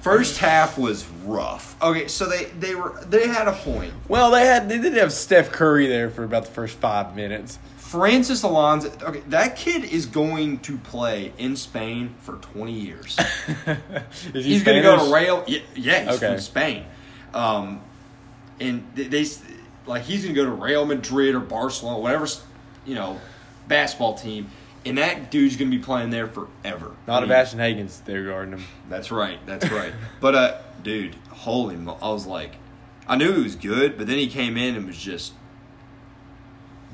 S1: First half was rough. Okay, so they they were they had a point.
S2: well, they had. They did have Steph Curry there for about the first five minutes.
S1: Francis Alonso. Okay, that kid is going to play in Spain for 20 years.
S2: Is he
S1: He's going to go to
S2: Spanish?
S1: Rail. Yeah, yeah he's
S2: Okay.
S1: from Spain. Um, and they, they s- like he's going to go to Real Madrid or Barcelona, whatever s- you know, basketball team. And that dude's going to be playing there forever.
S2: Not
S1: I
S2: of
S1: mean,
S2: Ashton Hagens. They're guarding him.
S1: That's right. That's right. but uh, dude, holy! Mo- I was like, I knew he was good, but then he came in and was just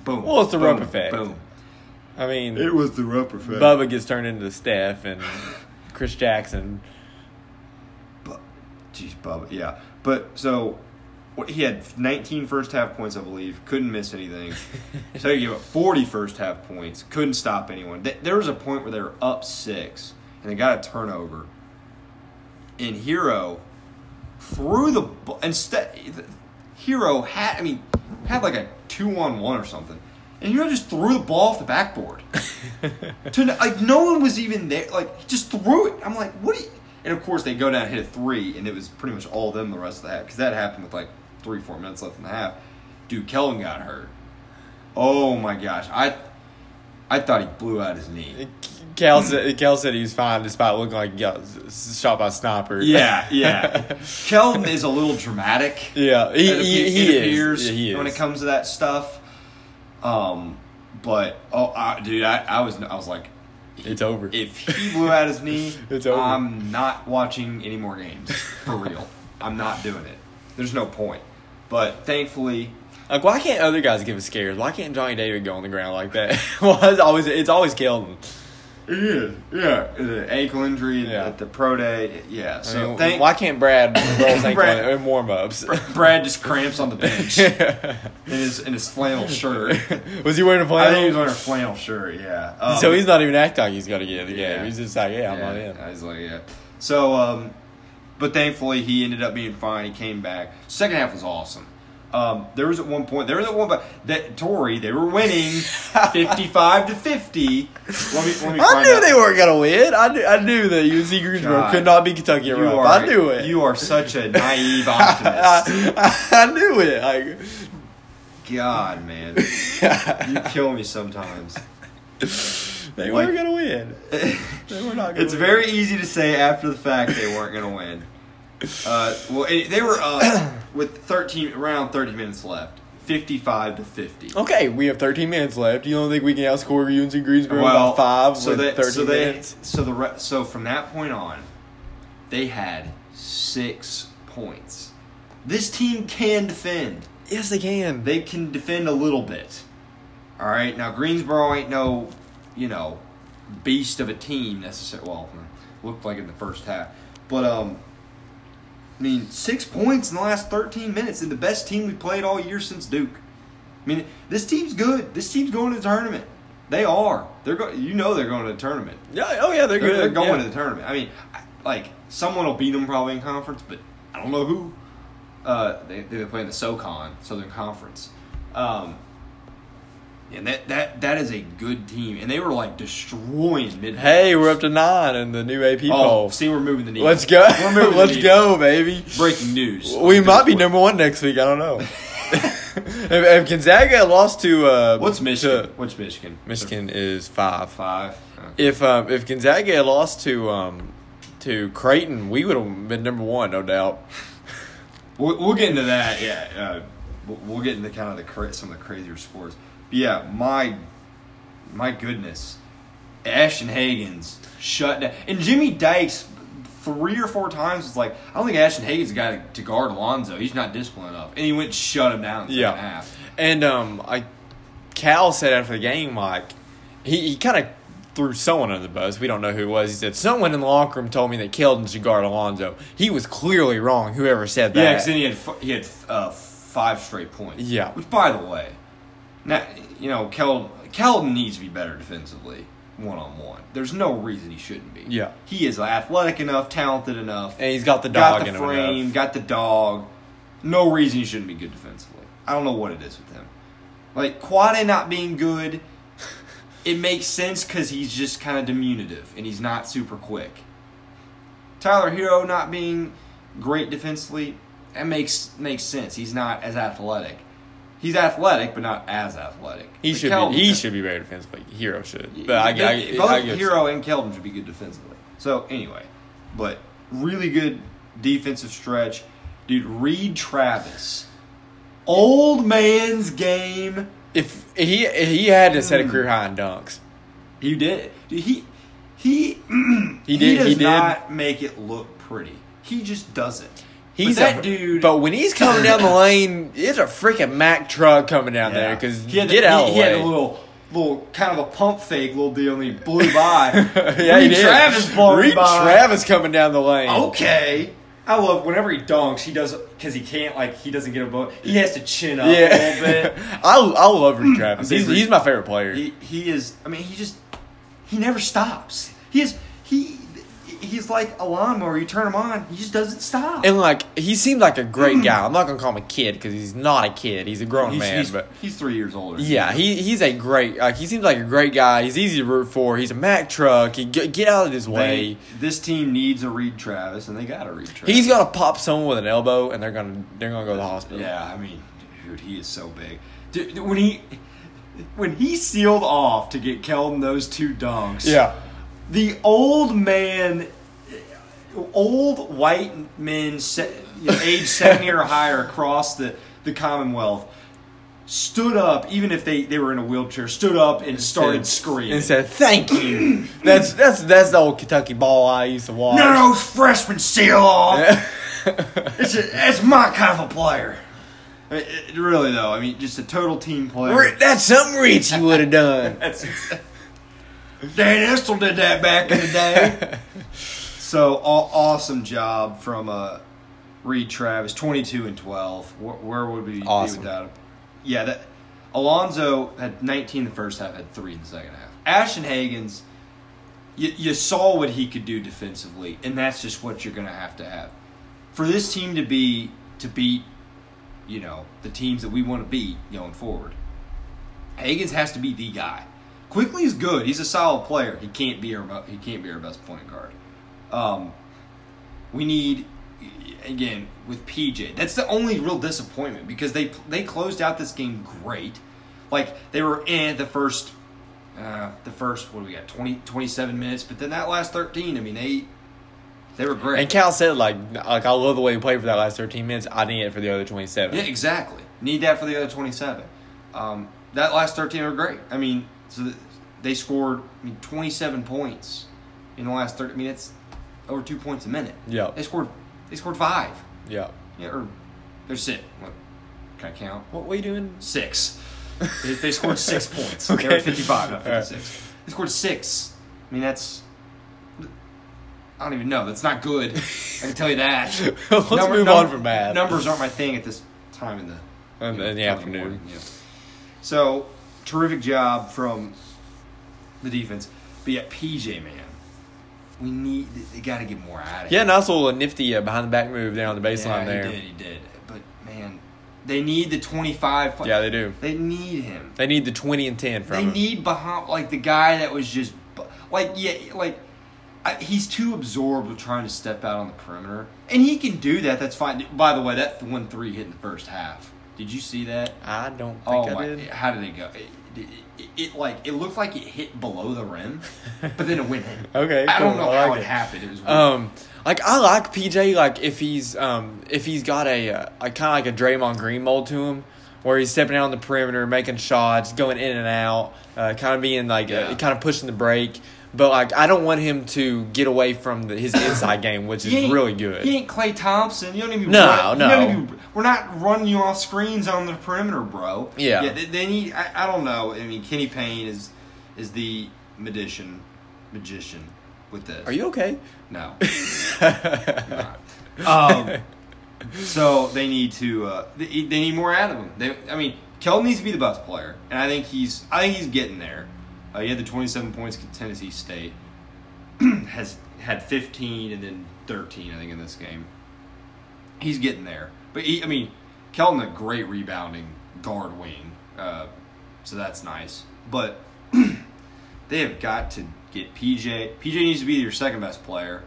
S1: boom.
S2: Well, it's the
S1: boom,
S2: rope effect.
S1: Boom.
S2: I mean,
S1: was the rope effect.
S2: Bubba gets turned into Steph and Chris Jackson.
S1: Bu- Jeez, Bubba. Yeah, But so what- he had 19 first half points, I believe. Couldn't miss anything. so he gave up 40 first half points. Couldn't stop anyone. Th- There was a point where they were up six and they got a turnover. And Hero threw the ball. Instead, the- Hero had, I mean, had like a two on one or something. And Hero just threw the ball off the backboard. to like no one was even there. Like he just threw it. I'm like, what? Are you? And of course they go down and hit a three, and it was pretty much all them the rest of the half because that happened with like three four minutes left in the half. Dude, Kellen got hurt. Oh my gosh, I I thought he blew out his knee.
S2: Cal said, Cal said he was fine despite looking like he got s- shot by a sniper.
S1: Yeah, yeah. Kellen is a little dramatic.
S2: yeah. He,
S1: it, appe-
S2: he,
S1: it
S2: he is.
S1: appears
S2: Yeah, he is.
S1: when it comes to that stuff. Um, but oh, I, dude, I, I was I was like,
S2: It's over.
S1: if he blew out his knee,
S2: It's over.
S1: I'm not watching any more games for real. I'm not doing it. There's no point. But thankfully,
S2: Like, why can't other guys give us scares? Why can't Johnny David go on the ground like that? well, it's always it's always Keldon.
S1: yeah, yeah, the ankle injury
S2: Yeah.
S1: at the pro day, yeah.
S2: I
S1: So
S2: mean,
S1: thank
S2: why can't Brad rolls ankle
S1: Brad-
S2: in warm ups?
S1: Brad just cramps on the bench in
S2: Was
S1: his in his flannel shirt.
S2: he wearing a
S1: I think he was wearing
S2: flannel?
S1: a flannel shirt. Yeah. Um,
S2: so he's not even acting like he's gonna get in the
S1: Yeah.
S2: game. He's just like, yeah, I'm not
S1: yeah,
S2: in.
S1: I was like, yeah. So, um, but thankfully he ended up being fine. He came back. Second half was awesome. Um, there was at one point, there was at one point that Tory they were winning fifty-five to fifty. Let me, let me
S2: I
S1: find
S2: knew
S1: out.
S2: they weren't gonna win. I knew, I knew that UC Greensboro
S1: God.
S2: could not be Kentucky
S1: You
S2: at Rupp.
S1: are,
S2: I knew it.
S1: You are such a naive optimist.
S2: I, I, I knew it. Like,
S1: God, man, you kill me sometimes.
S2: they
S1: Like-
S2: weren't gonna win. They were not. Gonna
S1: It's
S2: win.
S1: very easy to say after the fact they weren't going to win. Uh, well, it, they were up with 13 around 30 minutes left, 55 to 50.
S2: Okay, we have 13 minutes left. You don't think we can outscore UNC Greensboro by five with 13
S1: so
S2: minutes?
S1: so the re- so from that point on, they had six points. This team can defend.
S2: Yes, they can.
S1: They can defend a little bit. All right, now Greensboro ain't no, you know, beast of a team necessarily. Well, hmm, looked like in the first half, but um, I mean, six points in the last thirteen minutes, and the best team we played all year since Duke. I mean, this team's good. This team's going to the tournament. They are. They're go- You know, they're going to the tournament.
S2: yeah, oh yeah, they're,
S1: They're,
S2: good.
S1: they're going
S2: yeah.
S1: to the tournament. I mean, I- like someone will beat them probably in conference, but I don't know who. Uh, they they play in the SoCon Southern Conference, um, and that that that is a good team, and they were like destroying mid.
S2: Hey, we're up to nine in the new AP
S1: oh,
S2: poll.
S1: see, we're moving the needle.
S2: Let's go.
S1: We're moving. the
S2: Let's
S1: needle.
S2: go, baby.
S1: Breaking news.
S2: We might be
S1: What's
S2: number one next week. I don't know. if, if Gonzaga lost to uh,
S1: What's Michigan?
S2: to-
S1: What's Michigan?
S2: Michigan is five.
S1: five.
S2: If um, if Gonzaga had lost to um, to Creighton, we would have been number one, no doubt.
S1: We'll, we'll get into that. Yeah, uh, we'll- we'll get into kind of the cra- some of the crazier scores. But yeah, my my goodness, Ashton Hagens shut down, and Jimmy Dykes three or four times was like, I don't think Ashton Hagens got to, to guard Alonzo. He's not disciplined enough, and he went and shut him down. In the
S2: Yeah.
S1: second half.
S2: And um, I, Cal said after the game, like, he, he kind of threw someone under the bus. We don't know who it was. He said, Someone in the locker room told me that Keldon should guard Alonzo. He was clearly wrong, whoever said
S1: yeah,
S2: that.
S1: because then he had f- he had uh, five straight points.
S2: Yeah.
S1: which by the way, now you know Kel Keldon needs to be better defensively. One on one, there's no reason he shouldn't be.
S2: Yeah.
S1: he is athletic enough, talented enough,
S2: and he's got the
S1: got
S2: dog
S1: the
S2: in
S1: frame,
S2: him. enough.
S1: got the dog. No reason he shouldn't be good defensively. I don't know what it is with him. Like Quade not being good, it makes sense because he's just kind of diminutive and he's not super quick. Tyler Hero not being great defensively, that makes makes sense. He's not as athletic. He's athletic, but not as athletic.
S2: He
S1: But
S2: should
S1: Keldon-
S2: be. He should be better defensively. Hero should. But I,
S1: they-
S2: I, I,
S1: both
S2: I guess-
S1: Hero and Keldon should be good defensively. So anyway, but really good defensive stretch, dude. Reed Travis, old man's game.
S2: If he he had to set a career high in dunks.
S1: He did. Dude, he he
S2: He did.
S1: does
S2: He, did.
S1: not make it look pretty. He just doesn't.
S2: He's
S1: But that
S2: a,
S1: dude.
S2: But when he's coming down the lane, it's a freaking Mack truck coming down there
S1: Yeah.
S2: 'cause there. Because
S1: He had
S2: get
S1: the- He,
S2: out of
S1: he
S2: the way.
S1: had a little, little kind of a pump fake little deal, and he blew by.
S2: yeah, he
S1: Reed
S2: did.
S1: Travis blew
S2: Reed
S1: by.
S2: Travis coming down the lane.
S1: Okay, I love whenever he dunks, he does because he can't like he doesn't get a boat. He has to chin up a little bit.
S2: Yeah, I I love Reed Travis.
S1: big
S2: He's,
S1: Reed-
S2: he's my favorite player.
S1: He he is. I mean, he just he never stops. He is he he's like a lawnmower. You turn him on, he just doesn't stop.
S2: and like he seemed like a great guy. I'm not gonna call him a kid because he's not a kid. He's a grown
S1: he's,
S2: man.
S1: he's,
S2: but
S1: he's three years older.
S2: yeah, he he's a great. Like he seems like a great guy. He's easy to root for. He's a Mack truck. He get, get out of his
S1: They,
S2: way.
S1: this team needs a Reed Travis, and they got a Reed Travis.
S2: He's gonna pop someone with an elbow, and they're gonna they're gonna go to the hospital.
S1: Yeah, I mean, dude, he is so big. Dude, when he when he sealed off to get Keldon those two dunks.
S2: yeah.
S1: the old man, old white men se- you know, age 70 or higher across the, the Commonwealth stood up, even if they, they were in a wheelchair, stood up and started
S2: And-
S1: screaming.
S2: and said thank you. that's that's that's the old Kentucky ball I used to watch.
S1: None of those freshmen seal off. it's, a, it's my kind of a player. I mean, it- really, though, I mean, just a total team player.
S2: Re- that's something Richie would have done.
S1: That's Dan Estel did that back in the day. so aw- awesome job from uh, Reed Travis, twenty-two and twelve. Where, where would we
S2: Awesome.
S1: be without him? Yeah, that Alonzo had nineteen the first half, had three in the second half. Ashton Hagens, you, you saw what he could do defensively, and that's just what you're going to have to have for this team to be to beat. You know the teams that we want to beat going forward. Higgins has to be the guy. Quickly is good. He's a solid player. He can't be our bu- he can't be our best point guard. Um, we need again with PJ. That's the only real disappointment because they they closed out this game great. Like they were in the first uh, the first what do we got 20, 27 minutes, but then that last thirteen. I mean they they were great.
S2: And Cal said like like I love the way he played for that last thirteen minutes. I need it for the other twenty seven.
S1: Yeah, exactly. Need that for the other 27. Um, that last 13 were great. I mean, so th- they scored I mean, 27 points in the last 30. I mean, that's over two points a minute.
S2: Yeah.
S1: They scored. They scored five.
S2: Yeah.
S1: Yeah, or they're six. What, can I count?
S2: What were you doing?
S1: Six. They, they scored six points. They were
S2: Okay.
S1: at 55, not
S2: All right.
S1: 56. They scored six. I mean, that's. I don't even know. That's not good. I can tell you that.
S2: Let's move on from math.
S1: Numbers aren't my thing at this time in the
S2: In the- in the
S1: time
S2: afternoon.
S1: morning, yeah. So terrific job from the defense, but yeah, PJ man, we need they got to get more out of
S2: Yeah,
S1: him.
S2: nice little nifty uh, behind the back move there on the
S1: yeah,
S2: baseline
S1: he
S2: there.
S1: did, he did. But man, they need the twenty-five. pla-
S2: Yeah, they do.
S1: They need him.
S2: They need the twenty and ten from
S1: They
S2: him.
S1: need behind like the guy that was just bu- like yeah like I, he's too absorbed with trying to step out on the perimeter, and he can do that. That's fine. By the way, that one three hit in the first half. Did you see that?
S2: I don't think
S1: Oh
S2: I
S1: my!
S2: did.
S1: How did it go? It, it, it, it, like it looked like it hit below the rim, but then it went in.
S2: Okay,
S1: I don't
S2: cool.
S1: know
S2: I
S1: how
S2: like
S1: it
S2: it.
S1: happened. It was weird.
S2: Um, like I like PJ. Like if he's um if he's got a, uh, a kind of like a Draymond Green mold to him, where he's stepping out on the perimeter, making shots, going in and out, uh, kind of being like
S1: Yeah.
S2: uh, kind of pushing the break. But like I don't want him to get away from the, his inside game, which is
S1: He ain't-
S2: really good.
S1: He ain't Clay Thompson. You don't even.
S2: No,
S1: run- you don't
S2: no.
S1: even- we're not running you off screens on the perimeter, bro.
S2: Yeah.
S1: yeah they, they need. I, I don't know. I mean, Kenny Payne is is the magician, magician with this.
S2: Are you okay?
S1: No. not. Um, so they need to. Uh, they, they need more out of him. They, I mean, Keldon needs to be the best player, and I think he's. I think he's getting there. Uh, he had the 27 points against Tennessee State. has had 15 and then 13, I think, in this game. He's getting there, but he, I mean, Keldon a great rebounding guard wing, uh, so that's nice. But they have got to get PJ. PJ needs to be your second best player,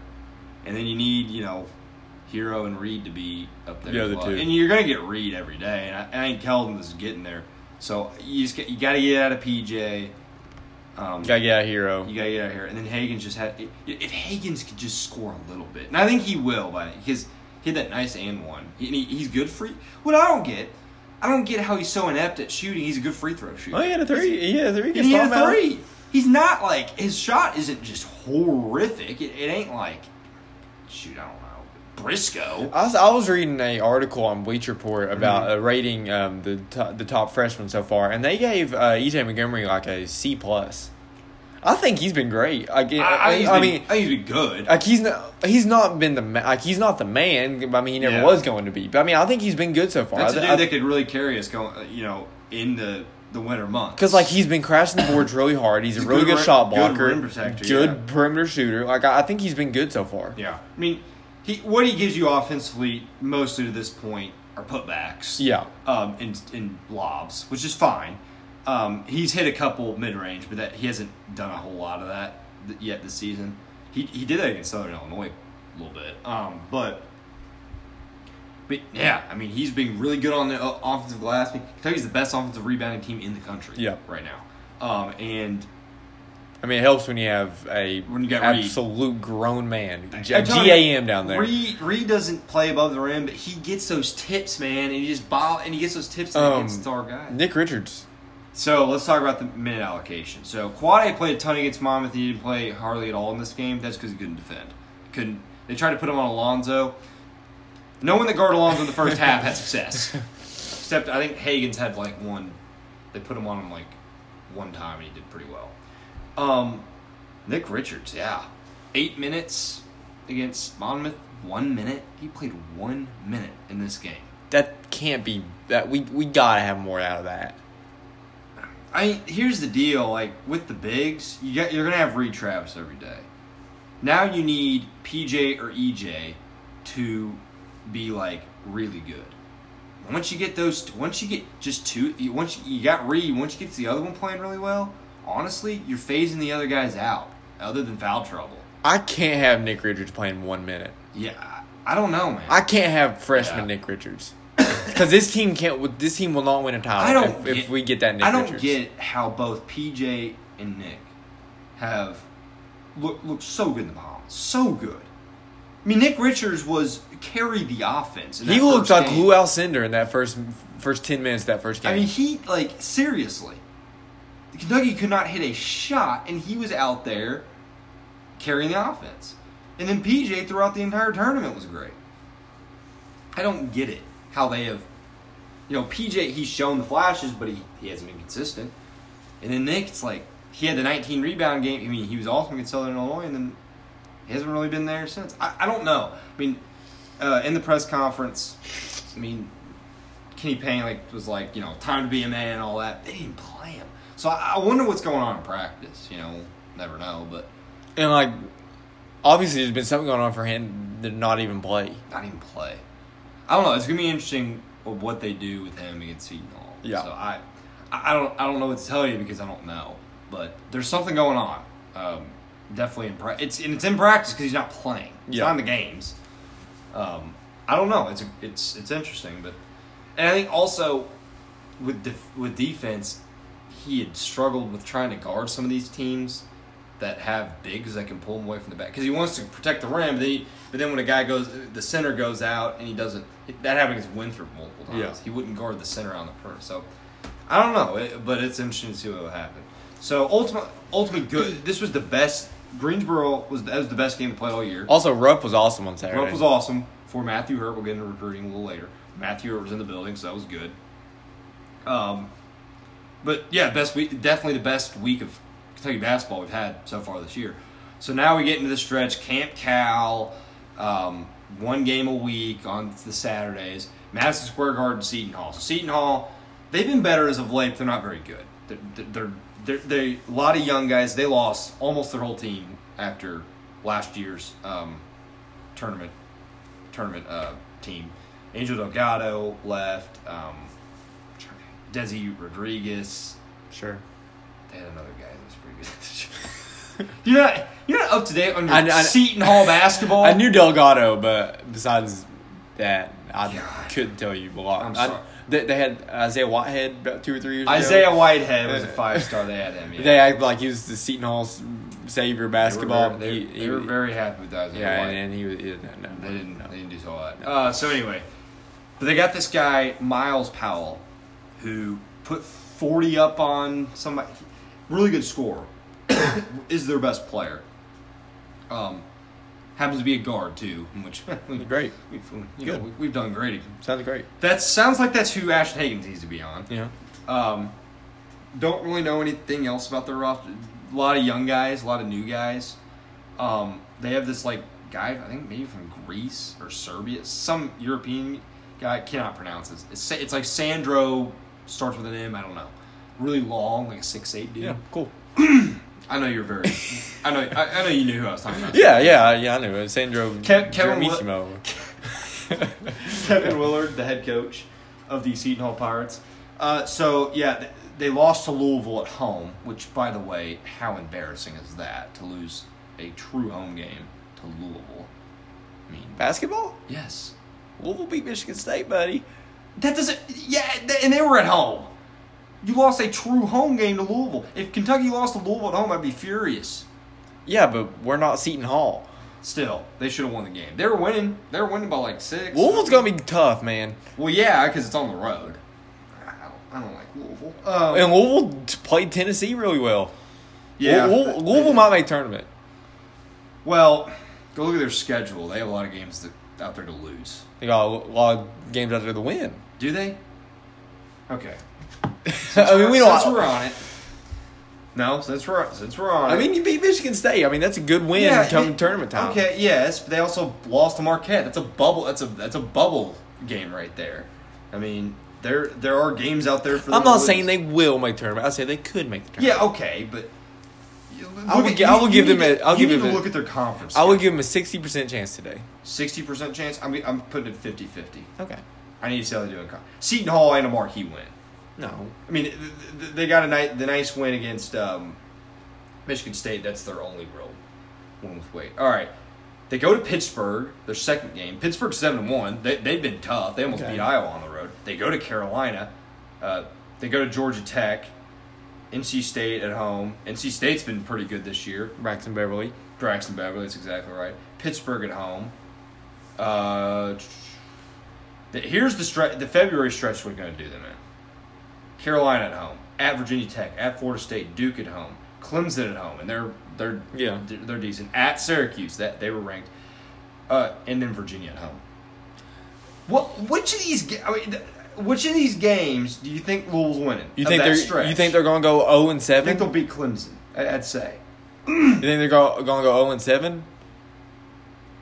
S1: and then you need you know Hero and Reed to be up there.
S2: The
S1: as
S2: other
S1: well.
S2: two.
S1: and you're gonna get Reed every day, and I, and I think Keldon is getting there. So you just get, you got to get out of PJ. Um,
S2: Gotta get out of hero.
S1: you gotta get out of here. And then Hagen's just had if Hagen's could just score a little bit, and I think he will by his he had that nice and one. He, and he- he's good free. What I don't get, I don't get how he's so inept at shooting. He's a good free throw shooter.
S2: Oh, he had a three. He had a three.
S1: And he had a
S2: timeout.
S1: three. He's not like his shot isn't just horrific. It, it ain't like shoot. I don't know Briscoe.
S2: I was, I was reading a article on Bleach Report about
S1: Mm-hmm.
S2: uh, rating um, E the to the top freshmen so far, and they gave uh, EJ Montgomery like a C plus. I I think he's been great. Like, I,
S1: I, I, think he's
S2: I
S1: been-
S2: mean,
S1: I think he's been good.
S2: like he's not he's not been the ma- like he's not the man. I mean, he never
S1: Yeah.
S2: was going to be. But I mean, I think he's been good so far.
S1: That's a
S2: I,
S1: dude that could really carry us going, you know, in the the winter months.
S2: because like he's been crashing the boards really hard. He's,
S1: He's
S2: a
S1: a
S2: really
S1: good
S2: good,
S1: ri-
S2: shot
S1: good
S2: blocker,
S1: rim protector,
S2: good
S1: yeah.
S2: perimeter shooter. Like I, I think he's been good so far.
S1: yeah, I mean, he what he gives you offensively mostly to this point are putbacks.
S2: Yeah.
S1: um, and and lobs, which is fine. Um, he's hit a couple mid range, but that he hasn't done a whole lot of that th- yet this season. He he did that against Southern Illinois a little bit, um, but. But yeah, I mean, he's been really good on the uh, offensive glass. I mean, Kentucky's the best offensive rebounding team in the country
S2: Yeah.
S1: right now. Um, and
S2: I mean, it helps when you have a
S1: When you got Reed.
S2: absolute grown man, G-
S1: I'm telling you,
S2: GAM down there.
S1: Reed, Reed doesn't play above the rim, but he gets those tips, man, and he just ball and he gets those tips and
S2: Um,
S1: against our guy.
S2: Nick Richards.
S1: So let's talk about the minute allocation. So Quade played a ton against Monmouth. He didn't play hardly at all in this game. That's because he couldn't defend. Couldn't. They tried to put him on Alonzo. No one that guarded Alonzo in the first half had success. Except I think Hagen's had like one. They put him on him like one time and he did pretty well. Um, Nick Richards, yeah, eight minutes against Monmouth. One minute. He played one minute in this game.
S2: That can't be. That we we gotta have more out of that.
S1: I here's the deal, like with the bigs, you got you're gonna have Reed Travis every day. Now you need PJ or EJ to be like really good. Once you get those, once you get just two, you- once you, you got Reed, once you get to the other one playing really well, honestly, you're phasing the other guys out, other than foul trouble.
S2: I can't have Nick Richards playing one minute.
S1: Yeah, I, I don't know, man.
S2: I can't have freshman
S1: Yeah.
S2: Nick Richards because this team can't. This team will not win a title
S1: I don't
S2: if,
S1: get-
S2: if we get that Nick.
S1: I don't
S2: Richards.
S1: get how both PJ and Nick have look looked so good in the Bahamas, so good. I mean, Nick Richards was carried the offense. in
S2: He
S1: that
S2: looked
S1: first
S2: like
S1: game.
S2: Lou Alcindor in that first first ten minutes of that first game.
S1: I mean, he like seriously, Kentucky could not hit a shot, and he was out there carrying the offense. And then PJ throughout the entire tournament was great. I don't get it how they have, you know, PJ he's shown the flashes, but he he hasn't been consistent. And then Nick, it's like he had the 19 rebound game. I mean, he was awesome against Southern Illinois, and then he hasn't really been there since. I, I don't know. I mean, uh, in the press conference, I mean, Kenny Payne like was like, you know, time to be a man and all that. They didn't play him, so I, I wonder what's going on in practice. You know, never know, but
S2: and like obviously there's been something going on for him to not even play.
S1: not even play. I don't know. It's gonna be interesting of what they do with him against Seton Hall.
S2: Yeah.
S1: So I, I I don't, I don't know what to tell you because I don't know. But there's something going on. Um, definitely in practice. It's and it's in practice because he's not playing. It's
S2: Yeah.
S1: not in the games. Um, I don't know. It's it's it's interesting, but and I think also with def- with defense, he had struggled with trying to guard some of these teams that have bigs that can pull him away from the back because he wants to protect the rim. But, he, but then when a guy goes, the center goes out and he doesn't. That happened against Winthrop multiple times.
S2: Yeah.
S1: He wouldn't guard the center on the perimeter. So I don't know, it, but it's interesting to see what will happen. So ultimate, ultimately good. This was the best. Greensboro was that was the best game to play all year.
S2: Also, Rupp was awesome on Saturday.
S1: Rupp was awesome for Matthew Hurt. We'll get into recruiting a little later. Matthew Hurt was in the building, so that was good. Um, but yeah, best week, definitely the best week of Kentucky basketball we've had so far this year. So now we get into the stretch: Camp Cal, um, one game a week on the Saturdays, Madison Square Garden, Seton Hall. So Seton Hall, they've been better as of late. But they're not very good. They're, they're, they're, they're a lot of young guys. They lost almost their whole team after last year's um, tournament tournament uh, team. Angel Delgado left. Um, Desi Rodriguez.
S2: Sure.
S1: They had another guy that was pretty good. you're not you're not up to date on your
S2: I kn- I kn-
S1: Seton Hall basketball.
S2: I knew Delgado, but besides that, I
S1: God.
S2: couldn't tell you a lot.
S1: I'm
S2: I-
S1: sorry.
S2: they, they had Isaiah Whitehead about two or three years ago.
S1: Isaiah Whitehead was a five star. They had him. Yeah.
S2: They act like he was the Seton Hall's savior basketball.
S1: They were, very-
S2: He-
S1: they,
S2: he-
S1: they were very happy with Isaiah
S2: yeah,
S1: White.
S2: and, and he was. He didn't, no,
S1: They didn't.
S2: no.
S1: They didn't do so hot. Uh, so anyway, but they got this guy Miles Powell, who put forty up on somebody. Really good scorer. is their best player. Um, happens to be a guard too, which we,
S2: Great.
S1: We've, you know,
S2: Good.
S1: we, we've done great.
S2: Sounds great.
S1: That sounds like that's who Ashton Higgins needs to be on.
S2: Yeah.
S1: Um, don't really know anything else about their roster. a lot of young guys, a lot of new guys. Um, they have this like guy, I think maybe from Greece or Serbia, some European guy. I cannot pronounce this. It's, it's like Sandro starts with an M. I don't know. Really long, like a six eight dude.
S2: Yeah, cool.
S1: I know you're very. I know. I, I know you knew who I was talking about.
S2: Yeah, yeah, yeah. I knew it. Sandro
S1: Kev- Kevin Wi-
S2: Germissimo.
S1: Kevin Willard, the head coach of the Seton Hall Pirates. Uh, so yeah, th- they lost to Louisville at home. Which, by the way, how embarrassing is that to lose a true home game to Louisville? I mean,
S2: Basketball?
S1: yes,
S2: Louisville beat Michigan State, buddy.
S1: that doesn't. Yeah, th- and they were at home. You lost a true home game to Louisville. If Kentucky lost to Louisville at home, I'd be furious.
S2: Yeah, but we're not Seton Hall.
S1: Still, they should have won the game. They were winning. They were winning by like six.
S2: Louisville's gonna be tough, man.
S1: Well, yeah, because it's on the road. I don't, I don't like Louisville. Um,
S2: And Louisville t- played Tennessee really well.
S1: yeah,
S2: Lou- Lou- Louisville might make tournament.
S1: Well, go look at their schedule. They have a lot of games that out there to lose.
S2: They got a lot of games out there to win.
S1: Do they? Okay.
S2: I mean, we don't.
S1: Since we're on it. No, since we're since we're on.
S2: I
S1: it.
S2: mean, you beat Michigan State. I mean, that's a good win
S1: Yeah,
S2: come
S1: it-
S2: tournament time.
S1: Okay, yes, but they also lost to Marquette. That's a bubble. That's a that's a bubble game right there. I mean, there there are games out there for. them
S2: I'm not
S1: to
S2: saying
S1: lose.
S2: they will make tournament. I say they could make the tournament.
S1: Yeah. Okay, but. you-
S2: I
S1: look
S2: would
S1: at-
S2: gi- I
S1: you-
S2: would
S1: you
S2: give them
S1: need
S2: a- I'll
S1: you
S2: give
S1: need
S2: them
S1: to
S2: a-
S1: look at their conference.
S2: I would give them a sixty percent chance today.
S1: sixty percent chance. I'm I'm putting it 50-50.
S2: Okay.
S1: I need to see how they do in con- Seton Hall and a marquee win.
S2: No.
S1: I mean, th- th- they got a nice, the nice win against um, Michigan State. That's their only real win with weight. All right, they go to Pittsburgh. Their second game. Pittsburgh seven and one. They they've been tough. They almost
S2: Okay.
S1: beat Iowa on the road. They go to Carolina. Uh, they go to Georgia Tech. NC State at home. NC State's been pretty good this year.
S2: Braxton Beverly.
S1: Braxton Beverly, that's exactly right. Pittsburgh at home. Uh, the, here's the stretch. The February stretch we're going to do them in. Carolina at home, at Virginia Tech, at Florida State, Duke at home, Clemson at home, and they're they're
S2: Yeah.
S1: they're, they're decent. At Syracuse, that they were ranked, uh, and then Virginia at home. What which of these ga- I mean, th- which of these games do you think Louisville's winning?
S2: You
S1: of
S2: think
S1: that
S2: they're
S1: stretch?
S2: you think they're gonna go zero and
S1: I
S2: seven?
S1: think they'll beat Clemson. I- I'd say.
S2: You think they're go- gonna go zero and seven?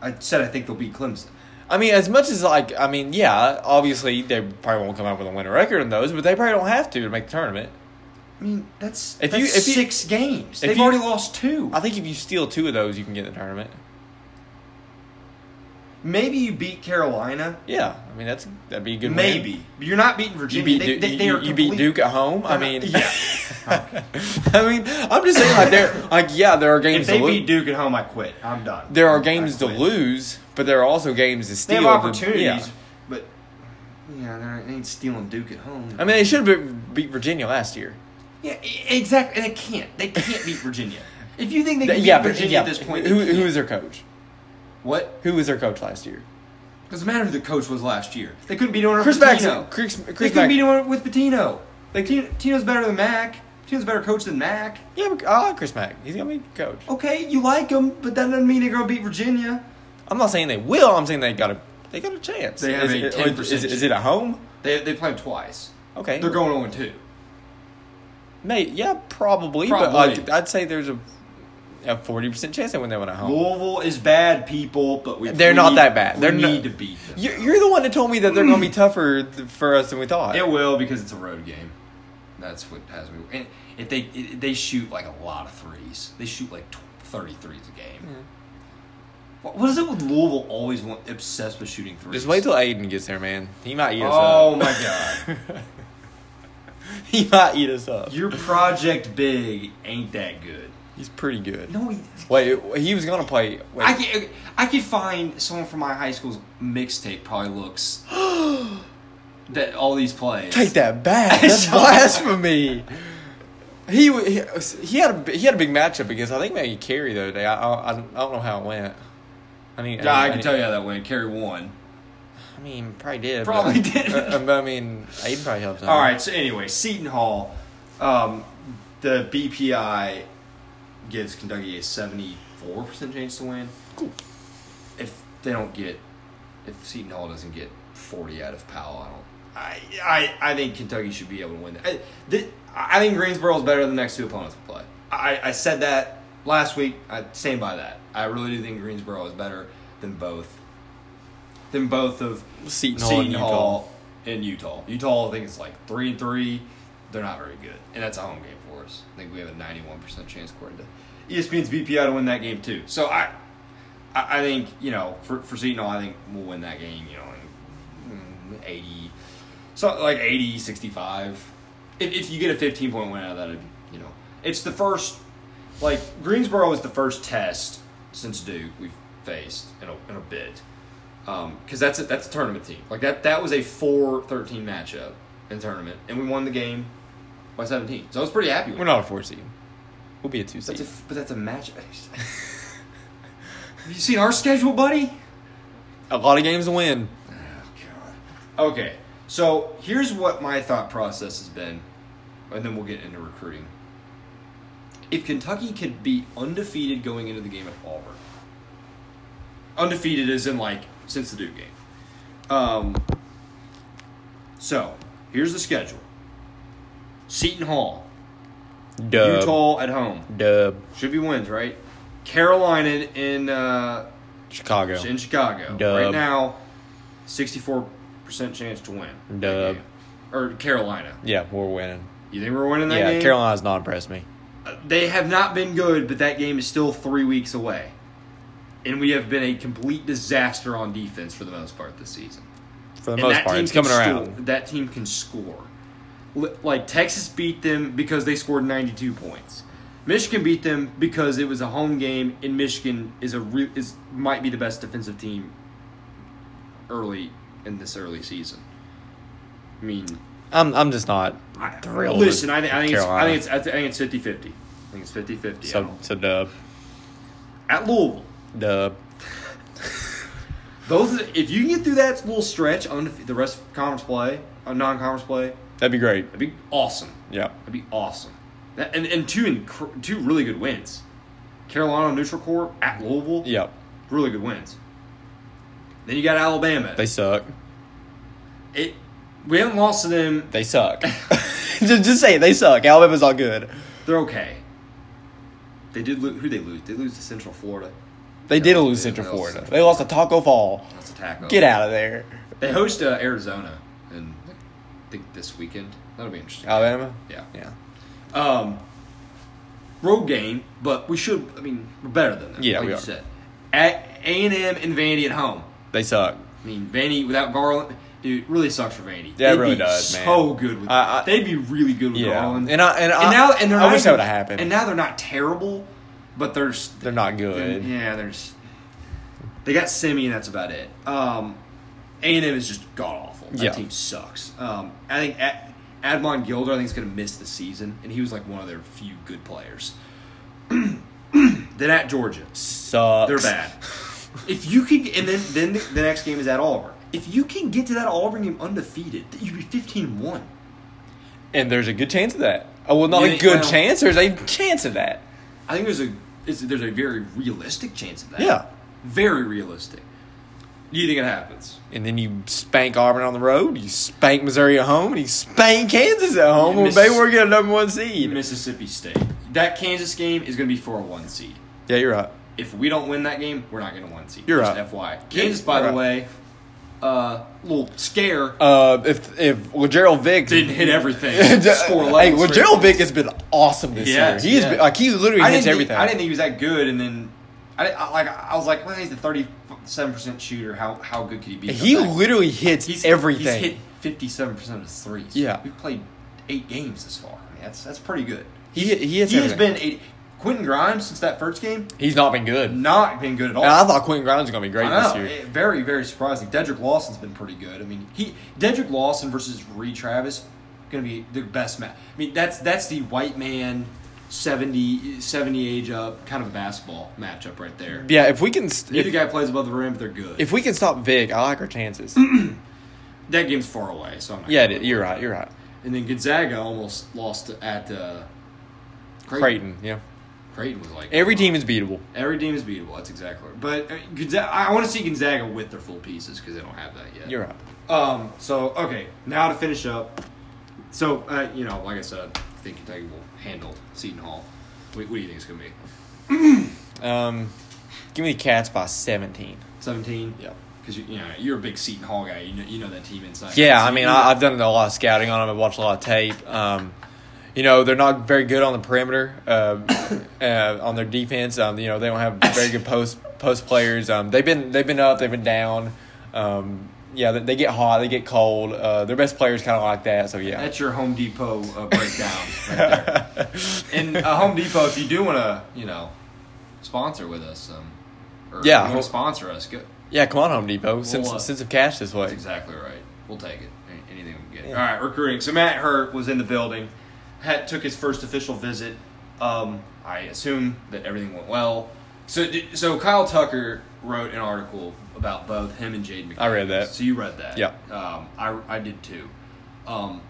S1: I said I think they'll beat Clemson.
S2: I mean, as much as like, I mean, yeah, obviously they probably won't come out with a winning record in those, but they probably don't have to to make the tournament.
S1: I mean, that's,
S2: If
S1: that's
S2: you- if you-
S1: six games.
S2: if
S1: They've
S2: you-
S1: already lost two.
S2: I think if you steal two of those, you can get in the tournament.
S1: Maybe you beat Carolina.
S2: Yeah, I mean that's that'd be a good. win.
S1: Maybe. But you're not beating
S2: you
S1: Virginia.
S2: beat
S1: they,
S2: Duke,
S1: they, they
S2: you,
S1: are
S2: you beat
S1: complete-
S2: Duke at home. I
S1: They're not-
S2: mean,
S1: yeah.
S2: I mean, I'm just saying like there, like yeah, there are
S1: if
S2: games
S1: they
S2: to lose.
S1: beat Duke at home, I quit. I'm done.
S2: there are
S1: I
S2: games to
S1: quit.
S2: lose, but there are also games to
S1: They
S2: steal.
S1: have
S2: but-
S1: opportunities,
S2: yeah.
S1: but yeah, they're- they ain't stealing Duke at home.
S2: I mean, they should have beat Virginia last year.
S1: yeah, e- exactly. And they can't. They can't beat Virginia. If you think they can beat
S2: yeah, but
S1: Virginia
S2: yeah,
S1: at this point,
S2: who
S1: they
S2: who
S1: can't.
S2: was their coach?
S1: what?
S2: Who was their coach last year?
S1: Doesn't matter who the coach was last year. They couldn't beat him.
S2: Chris
S1: Patino.
S2: Baxter. Chris,
S1: They
S2: Chris
S1: couldn't
S2: Baxter.
S1: beat him with Patino. Like Tino, Tino's better than Mac. Tino's a better coach than Mac.
S2: Yeah, but I like Chris Mack. He's gonna be coach.
S1: Okay, you like them, but that doesn't mean they're gonna beat Virginia.
S2: I'm not saying they will. I'm saying they got a they got a chance.
S1: They have
S2: is,
S1: a
S2: it-
S1: 10%
S2: is, it- is it at home?
S1: They they play them twice.
S2: Okay,
S1: They're going on two.
S2: Mate, yeah, probably, but
S1: Probably.
S2: like I'd say there's a a forty percent chance they win that one
S1: Oh.
S2: at home.
S1: Louisville is bad people, but we
S2: They're
S1: we
S2: not
S1: need-
S2: that bad. They're
S1: we
S2: no-
S1: need to beat them.
S2: You're, you're the one that told me that they're gonna be tougher th- for us than we thought.
S1: It will because it's a road game. That's what has me. And if they i they shoot like a lot of threes, they shoot like tw- thirty threes a game. What, what is it with Louisville always want, obsessed with shooting threes?
S2: Just wait till Aiden gets there, man. He might eat us
S1: oh
S2: up.
S1: my god,
S2: he might eat us up.
S1: your project big ain't that good.
S2: He's pretty good.
S1: No, he,
S2: Wait, he was gonna play. Wait,
S1: I could, I could find someone from my high school's mixtape probably looks that all these plays.
S2: Take that back. That's blasphemy. He, wa- he he had a he had a big matchup against I think maybe Carey the other day. I I, I don't know how it went. I mean,
S1: Yeah, I
S2: mean-
S1: can tell you how that went. Carry one.
S2: I mean, probably did. but-
S1: Probably did.
S2: Uh, but I mean, Aiden probably helped. out.
S1: All right. So anyway, Seton Hall, um, the BPI gives Kentucky a seventy-four percent chance to win.
S2: Cool.
S1: If they don't get, if Seton Hall doesn't get forty out of Powell, I don't. I I, I think Kentucky should be able to win that. I, thi- I think Greensboro is better than the next two opponents we play. I- I, I said that last week. I stand by that. I really do think Greensboro is better than both. Than both of
S2: Seton Hall and
S1: Seton Hall and Utah. Utah, I think it's like three and three. They're not very good, and that's a home game for us. I think we have a ninety-one percent chance, according to E ESPN's BPI, to win that game too. So I, I, I think you know for for Seton Hall, I think we'll win that game. You know, in, mm, eighty, so like 80, 65. If, if you get a fifteen point win out of that, it'd be- you know, it's the first. Like Greensboro was the first test since Duke we've faced in a, in a bit because that's a, that's a tournament team. Like that that was a 4-13 matchup in tournament, and we won the game by seventeen. So I was pretty happy with.
S2: We're
S1: it.
S2: not a four seed. We'll be a two seed.
S1: That's a, but that's a matchup. Have you seen our schedule, buddy?
S2: a lot of games to win.
S1: Oh, God. Okay, so here's what my thought process has been, and then we'll get into recruiting. If Kentucky could be undefeated going into the game at Auburn, undefeated as in like since the Duke game. Um, so here's the schedule: Seton Hall,
S2: Dub.
S1: Utah at home,
S2: Dub.
S1: should be wins, right? Carolina in uh,
S2: Chicago.
S1: in Chicago.
S2: Dub.
S1: Right now, sixty-four percent chance to win. that
S2: Dub.
S1: game. Or Carolina.
S2: yeah, we're winning.
S1: You think we're winning that
S2: yeah,
S1: game?
S2: Carolina's not impressed me.
S1: Uh, They have not been good, but that game is still three weeks away, and we have been a complete disaster on defense for the most part this season.
S2: For the
S1: And
S2: most
S1: that
S2: part,
S1: team
S2: it's
S1: can
S2: coming around.
S1: score- That team can score. L- Like Texas beat them because they scored 92 points. Michigan beat them because it was a home game, and Michigan is a re- is might be the best defensive team early in this early season. I mean,
S2: I'm, I'm just not
S1: I,
S2: thrilled.
S1: listen,
S2: with
S1: I, thi- I think it's, I
S2: Carolina.
S1: think it's I think it's 50 50. I think it's 50 50.
S2: so, so dub,
S1: At Louisville,
S2: dub.
S1: those are- if you can get through that little stretch, undefe- the rest of conference play, uh, non conference play,
S2: That'd be great.
S1: that'd be awesome.
S2: Yeah,
S1: That'd be awesome. That, and and two inc- two really good wins. Carolina on neutral court at Louisville.
S2: yeah.
S1: really good wins. Then you got Alabama.
S2: They suck.
S1: it we haven't lost to them.
S2: They suck. just, just say it. They suck. Alabama's not good.
S1: They're okay. They did lo- who they lose? They lose to Central Florida.
S2: They did lose
S1: they
S2: Central
S1: lost
S2: Florida.
S1: Central
S2: They lost to Taco Fall.
S1: That's a tackle.
S2: Get out of there,
S1: They host uh, Arizona, and I think this weekend that'll be interesting.
S2: Alabama.
S1: yeah.
S2: Oh, Yeah,
S1: um, road game, but we should. I mean, we're better than that.
S2: Yeah,
S1: like
S2: we
S1: you
S2: are.
S1: said. At A and M and Vandy at home.
S2: they suck.
S1: I mean, Vandy without Garland, dude, it really sucks for Vandy.
S2: Yeah, it
S1: They'd
S2: really
S1: be
S2: does, man.
S1: So good with
S2: I- I-
S1: they'd be really good with
S2: Yeah.
S1: Garland.
S2: And I- and I-
S1: now and they're
S2: I
S1: not
S2: wish that
S1: even-
S2: would've happened.
S1: And now they're not terrible, but they're s-
S2: They're not good.
S1: yeah, there's they got Semi, and that's about it. Um, A and M is just god awful. That
S2: Yeah.
S1: team sucks. Um, I think Ad- Admon Gilder, I think, is going to miss the season, and he was like one of their few good players. then at Georgia,
S2: Sucks.
S1: they're bad. If you could, and then then the, the next game is at Auburn. If you can get to that Auburn game undefeated, that you'd be 15-1.
S2: And there's a good chance of that. Oh well, not
S1: You
S2: a
S1: think-
S2: good
S1: well-
S2: chance. There's a chance of that.
S1: I think there's a it's, there's a very realistic chance of that.
S2: Yeah.
S1: very realistic. Do you think it happens?
S2: And then you spank Auburn on the road. You spank Missouri at home. And you spank Kansas at home.
S1: And
S2: and maybe
S1: Miss-
S2: we're getting a number one seed.
S1: Mississippi State. That Kansas game is going to be for a one seed.
S2: yeah, you're right.
S1: If we don't win that game, we're not going to one seed.
S2: You're
S1: Just
S2: right.
S1: FYI, Kansas, by
S2: You're
S1: the way, uh, little scare
S2: Uh, if if well, Gerald Vick
S1: didn't hit everything. Score
S2: hey,
S1: eleven
S2: well,
S1: straight
S2: Gerald Vick
S1: points.
S2: has been awesome this
S1: Yes,
S2: year. He's
S1: yeah.
S2: been, like he literally
S1: I didn't
S2: hits
S1: think,
S2: everything.
S1: I didn't think he was that good, and then I, didn't- I like I was like, well, he's a thirty-seven percent shooter. How how good could he be?
S2: he
S1: Come back.
S2: literally hits everything.
S1: He's hit fifty-seven percent of his threes.
S2: Yeah.
S1: we played eight games this far. I mean, that's that's pretty good.
S2: He- he hits
S1: has
S2: everything.
S1: been eight. Quentin Grimes since that first game
S2: He's not been good.
S1: not been good at all.
S2: And I thought Quentin Grimes was gonna be great
S1: I
S2: this
S1: know,
S2: year.
S1: it- very very surprising. Dedrick Lawson's been pretty good. I mean, he Dedrick Lawson versus Reed Travis going to be the best match. I mean, that's that's the white man 70, 70 age up kind of basketball matchup right there.
S2: yeah, if we can, st-
S1: Neither
S2: if,
S1: guy plays above the rim, but they're good.
S2: if we can stop Vick, I like our chances.
S1: that game's far away, so I'm not
S2: yeah, it
S1: gonna-
S2: is. you're right. You're right.
S1: And then Gonzaga almost lost at uh, Creighton.
S2: Creighton. Yeah,
S1: Creighton was like
S2: every team is beatable.
S1: every team is beatable. That's exactly. Right. But uh, Gonzaga, I want to see Gonzaga with their full pieces because they don't have that yet.
S2: You're right.
S1: Um. So okay, now to finish up. So uh, you know, like I said, I think Kentucky will handle Seton Hall. What, what do you think it's gonna be?
S2: Um, give me the Cats by seventeen.
S1: Seventeen.
S2: Yeah.
S1: Because you, you know you're a big Seton Hall guy. You know you know that team inside.
S2: Yeah,
S1: So
S2: I
S1: you
S2: mean,
S1: know
S2: I,
S1: that-
S2: I've done a lot of scouting on them. I've watched a lot of tape. Um, you know, they're not very good on the perimeter uh, uh, on their defense. Um, you know, they don't have very good post post players. Um, they've been they've been up, they've been down. Um, yeah, they, they get hot, they get cold. Uh, their best players kind of like that. So yeah,
S1: That's your Home Depot uh, breakdown right there. And uh, Home Depot, if you do want to, you know, sponsor with us, um, or
S2: Yeah,
S1: you
S2: Home-
S1: want to sponsor us, go,
S2: yeah. Come on, Home Depot, send,
S1: Well, uh,
S2: send some cash this
S1: that's
S2: way.
S1: exactly right. We'll take it. A- Anything we can get.
S2: Yeah.
S1: All right, recruiting. So Matt Hurt was in the building, had, took his first official visit. Um, I assume that everything went well. So, d- so Kyle Tucker wrote an article about both him and Jade McKay.
S2: I read that.
S1: So you read that.
S2: Yeah.
S1: Um, I, I did too. Um,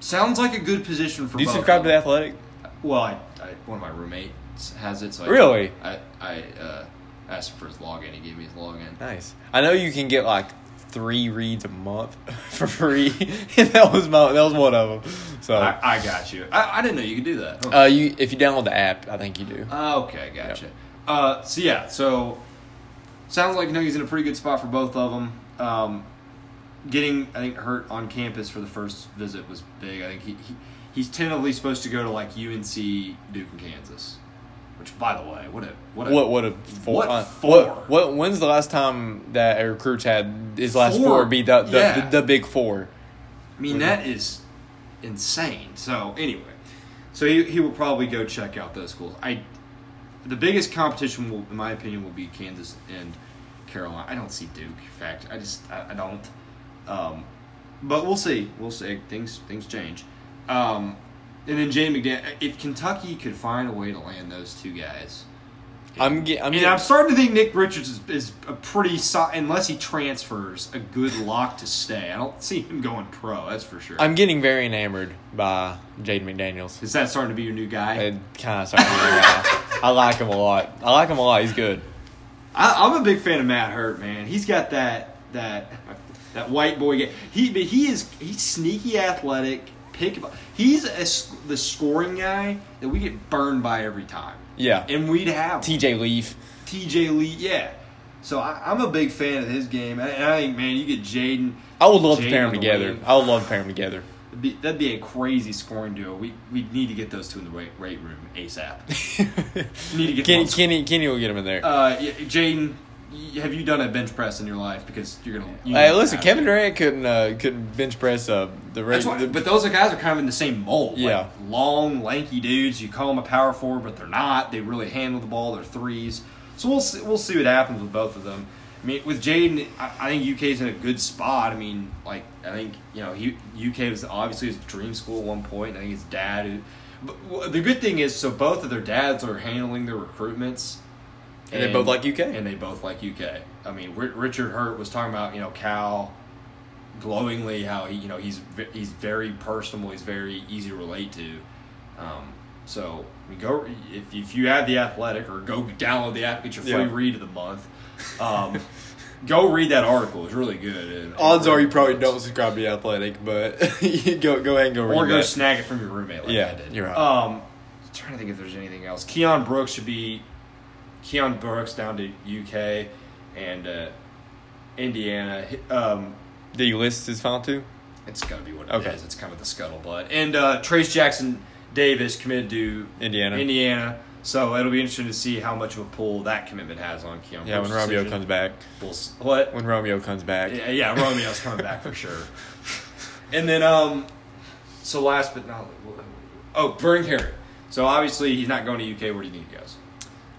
S1: sounds like a good position for
S2: Do you
S1: both
S2: subscribe
S1: of
S2: to
S1: them.
S2: the Athletic?
S1: Well, I, I one of my roommates has it, so I,
S2: Really?
S1: I I uh, asked him for his login. He gave me his login.
S2: Nice. I know you can get like three reads a month for free, and that was my that was one of them. So
S1: I, I got you. I, I didn't know you could do that. huh?
S2: Oh. Uh, you if you download the app, I think you do.
S1: Oh, okay, gotcha. Uh, so yeah, so sounds like Kentucky's in a pretty good spot for both of them. Um, getting I think Hurt on campus for the first visit was big. I think he, he he's tentatively supposed to go to like UNC, Duke, and Kansas. Which, by the way, what a what a
S2: what what a four,
S1: What
S2: uh,
S1: four?
S2: What, what when's the last time that a recruit's had his last
S1: Four?
S2: four, be the the,
S1: Yeah.
S2: the the big four?
S1: I mean, that is insane. So anyway, so he, he will probably go check out those schools. I, the biggest competition, will, in my opinion, will be Kansas and Carolina. I don't see Duke. In fact, I just I, I don't. Um, but we'll see. We'll see. Things things change. Um, and then Jay McDaniel. If Kentucky could find a way to land those two guys,
S2: I'm get, I'm,
S1: I mean,
S2: get-
S1: I'm starting to think Nick Richards is, is a pretty so- unless he transfers a good lock to stay. I don't see him going pro. That's for sure.
S2: I'm getting very enamored by Jaden McDaniels.
S1: Is that starting to be your new guy?
S2: It kind of started. I like him a lot. I like him a lot. He's good.
S1: I, I'm a big fan of Matt Hurt, man. He's got that that that white boy. Game. He but he is he's sneaky athletic. Pick he's a, s- the scoring guy that we get burned by every time,
S2: Yeah.
S1: and we'd have him.
S2: T.J. Leaf.
S1: TJ Lee. Yeah, so I, I'm a big fan of his game, and I think man, you get Jaden.
S2: I would love
S1: Jaden
S2: to pair them
S1: and
S2: together.
S1: Wayne.
S2: I would love to pair them together.
S1: That'd be, that'd be a crazy scoring duo. We we need to get those two in the rate, rate room asap. Need to get
S2: Kenny,
S1: them on-
S2: Kenny, Kenny will get him in there.
S1: Uh, yeah, Jaden, y- have you done a bench press in your life? Because you're gonna. You
S2: hey,
S1: need
S2: listen,
S1: to have
S2: Kevin
S1: it.
S2: Durant couldn't uh, couldn't bench press uh, the
S1: That's
S2: regular.
S1: why, but those are guys are kind of in the same mold. like,
S2: Yeah.
S1: long, lanky dudes. You call them a power forward, but they're not. They really handle the ball. They're threes. So we'll see, we'll see what happens with both of them. I mean, with Jaden, I, I think UK's in a good spot. I mean, like I think you know he, UK was obviously his dream school at one point. I think his dad. Who, but w- the good thing is, so both of their dads are handling their recruitments.
S2: And they both like UK.
S1: And they both like UK. I mean, Ri- Richard Hurt was talking about you know Cal glowingly how he you know he's ve- he's very personable. He's very easy to relate to. Um, so I mean, go if if you have the athletic or go download the app, get your free
S2: Yeah.
S1: read of the month. Um, go read that article; it's really good. And-
S2: Odds are you probably don't subscribe to the Athletic, but you go go ahead and go read
S1: or go
S2: that.
S1: snag it from your roommate like
S2: Yeah,
S1: I did.
S2: you're right.
S1: Um, I'm trying to think if there's anything else. Keon Brooks should be Keon Brooks down to UK and uh, Indiana. Hi- Um,
S2: Did you list his final two?
S1: it's got to be what it is.
S2: Okay.
S1: It's kind of the scuttlebutt. And uh, Trace Jackson Davis committed to
S2: Indiana.
S1: Indiana. So it'll be interesting to see how much of a pull that commitment has on Keon.
S2: Yeah, when
S1: Brooks'
S2: Romeo
S1: decision.
S2: comes back.
S1: We'll s- what?
S2: When Romeo comes back.
S1: Yeah, yeah, Romeo's coming back for sure. And then, um, so last but not oh, Vernon Carey. So obviously he's not going to UK. Where do you think he goes?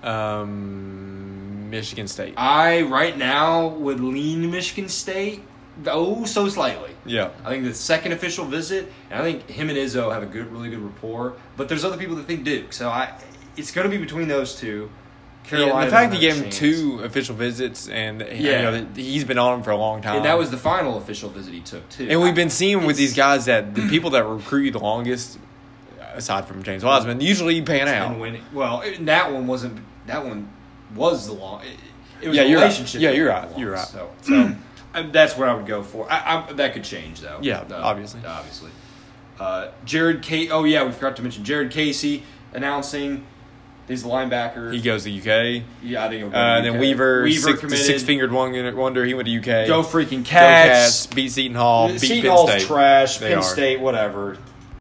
S2: Um, Michigan State.
S1: I right now would lean Michigan State, oh so slightly.
S2: yeah.
S1: I think the second official visit, and I think him and Izzo have a good, really good rapport. But there's other people that think Duke, so I, it's going to be between those two.
S2: Yeah, the
S1: Carolina
S2: fact
S1: doesn't
S2: he gave
S1: have a
S2: him
S1: chance.
S2: two official visits, and you
S1: Yeah.
S2: know, that- he's been on him for a long time.
S1: and that was the final official visit he took too.
S2: um, And we've been seeing with
S1: It's-
S2: these guys that the people that recruit you the longest, aside from James Wiseman, usually pan
S1: and
S2: out.
S1: when well it- that one wasn't that one was the long it, it was
S2: Yeah,
S1: the
S2: you're right.
S1: relationship
S2: Yeah,
S1: that
S2: you're
S1: was
S2: right.
S1: the
S2: You're
S1: longest,
S2: right. Mm.
S1: so, so I, that's what I would go for I, I, that could change though
S2: Yeah,
S1: Uh,
S2: obviously.
S1: obviously uh, Jared K oh yeah we forgot to mention Jared Casey announcing He's a linebacker.
S2: He goes to UK.
S1: yeah, I think. he'll go to
S2: Uh,
S1: UK.
S2: then Weaver,
S1: Weaver
S2: six,
S1: committed.
S2: fingered wonder. He went to UK.
S1: Go freaking
S2: Go
S1: cats.
S2: Cats, beat Seton Hall. Beat
S1: Seton
S2: Penn
S1: Hall's
S2: State.
S1: trash.
S2: They
S1: Penn
S2: are.
S1: State, whatever.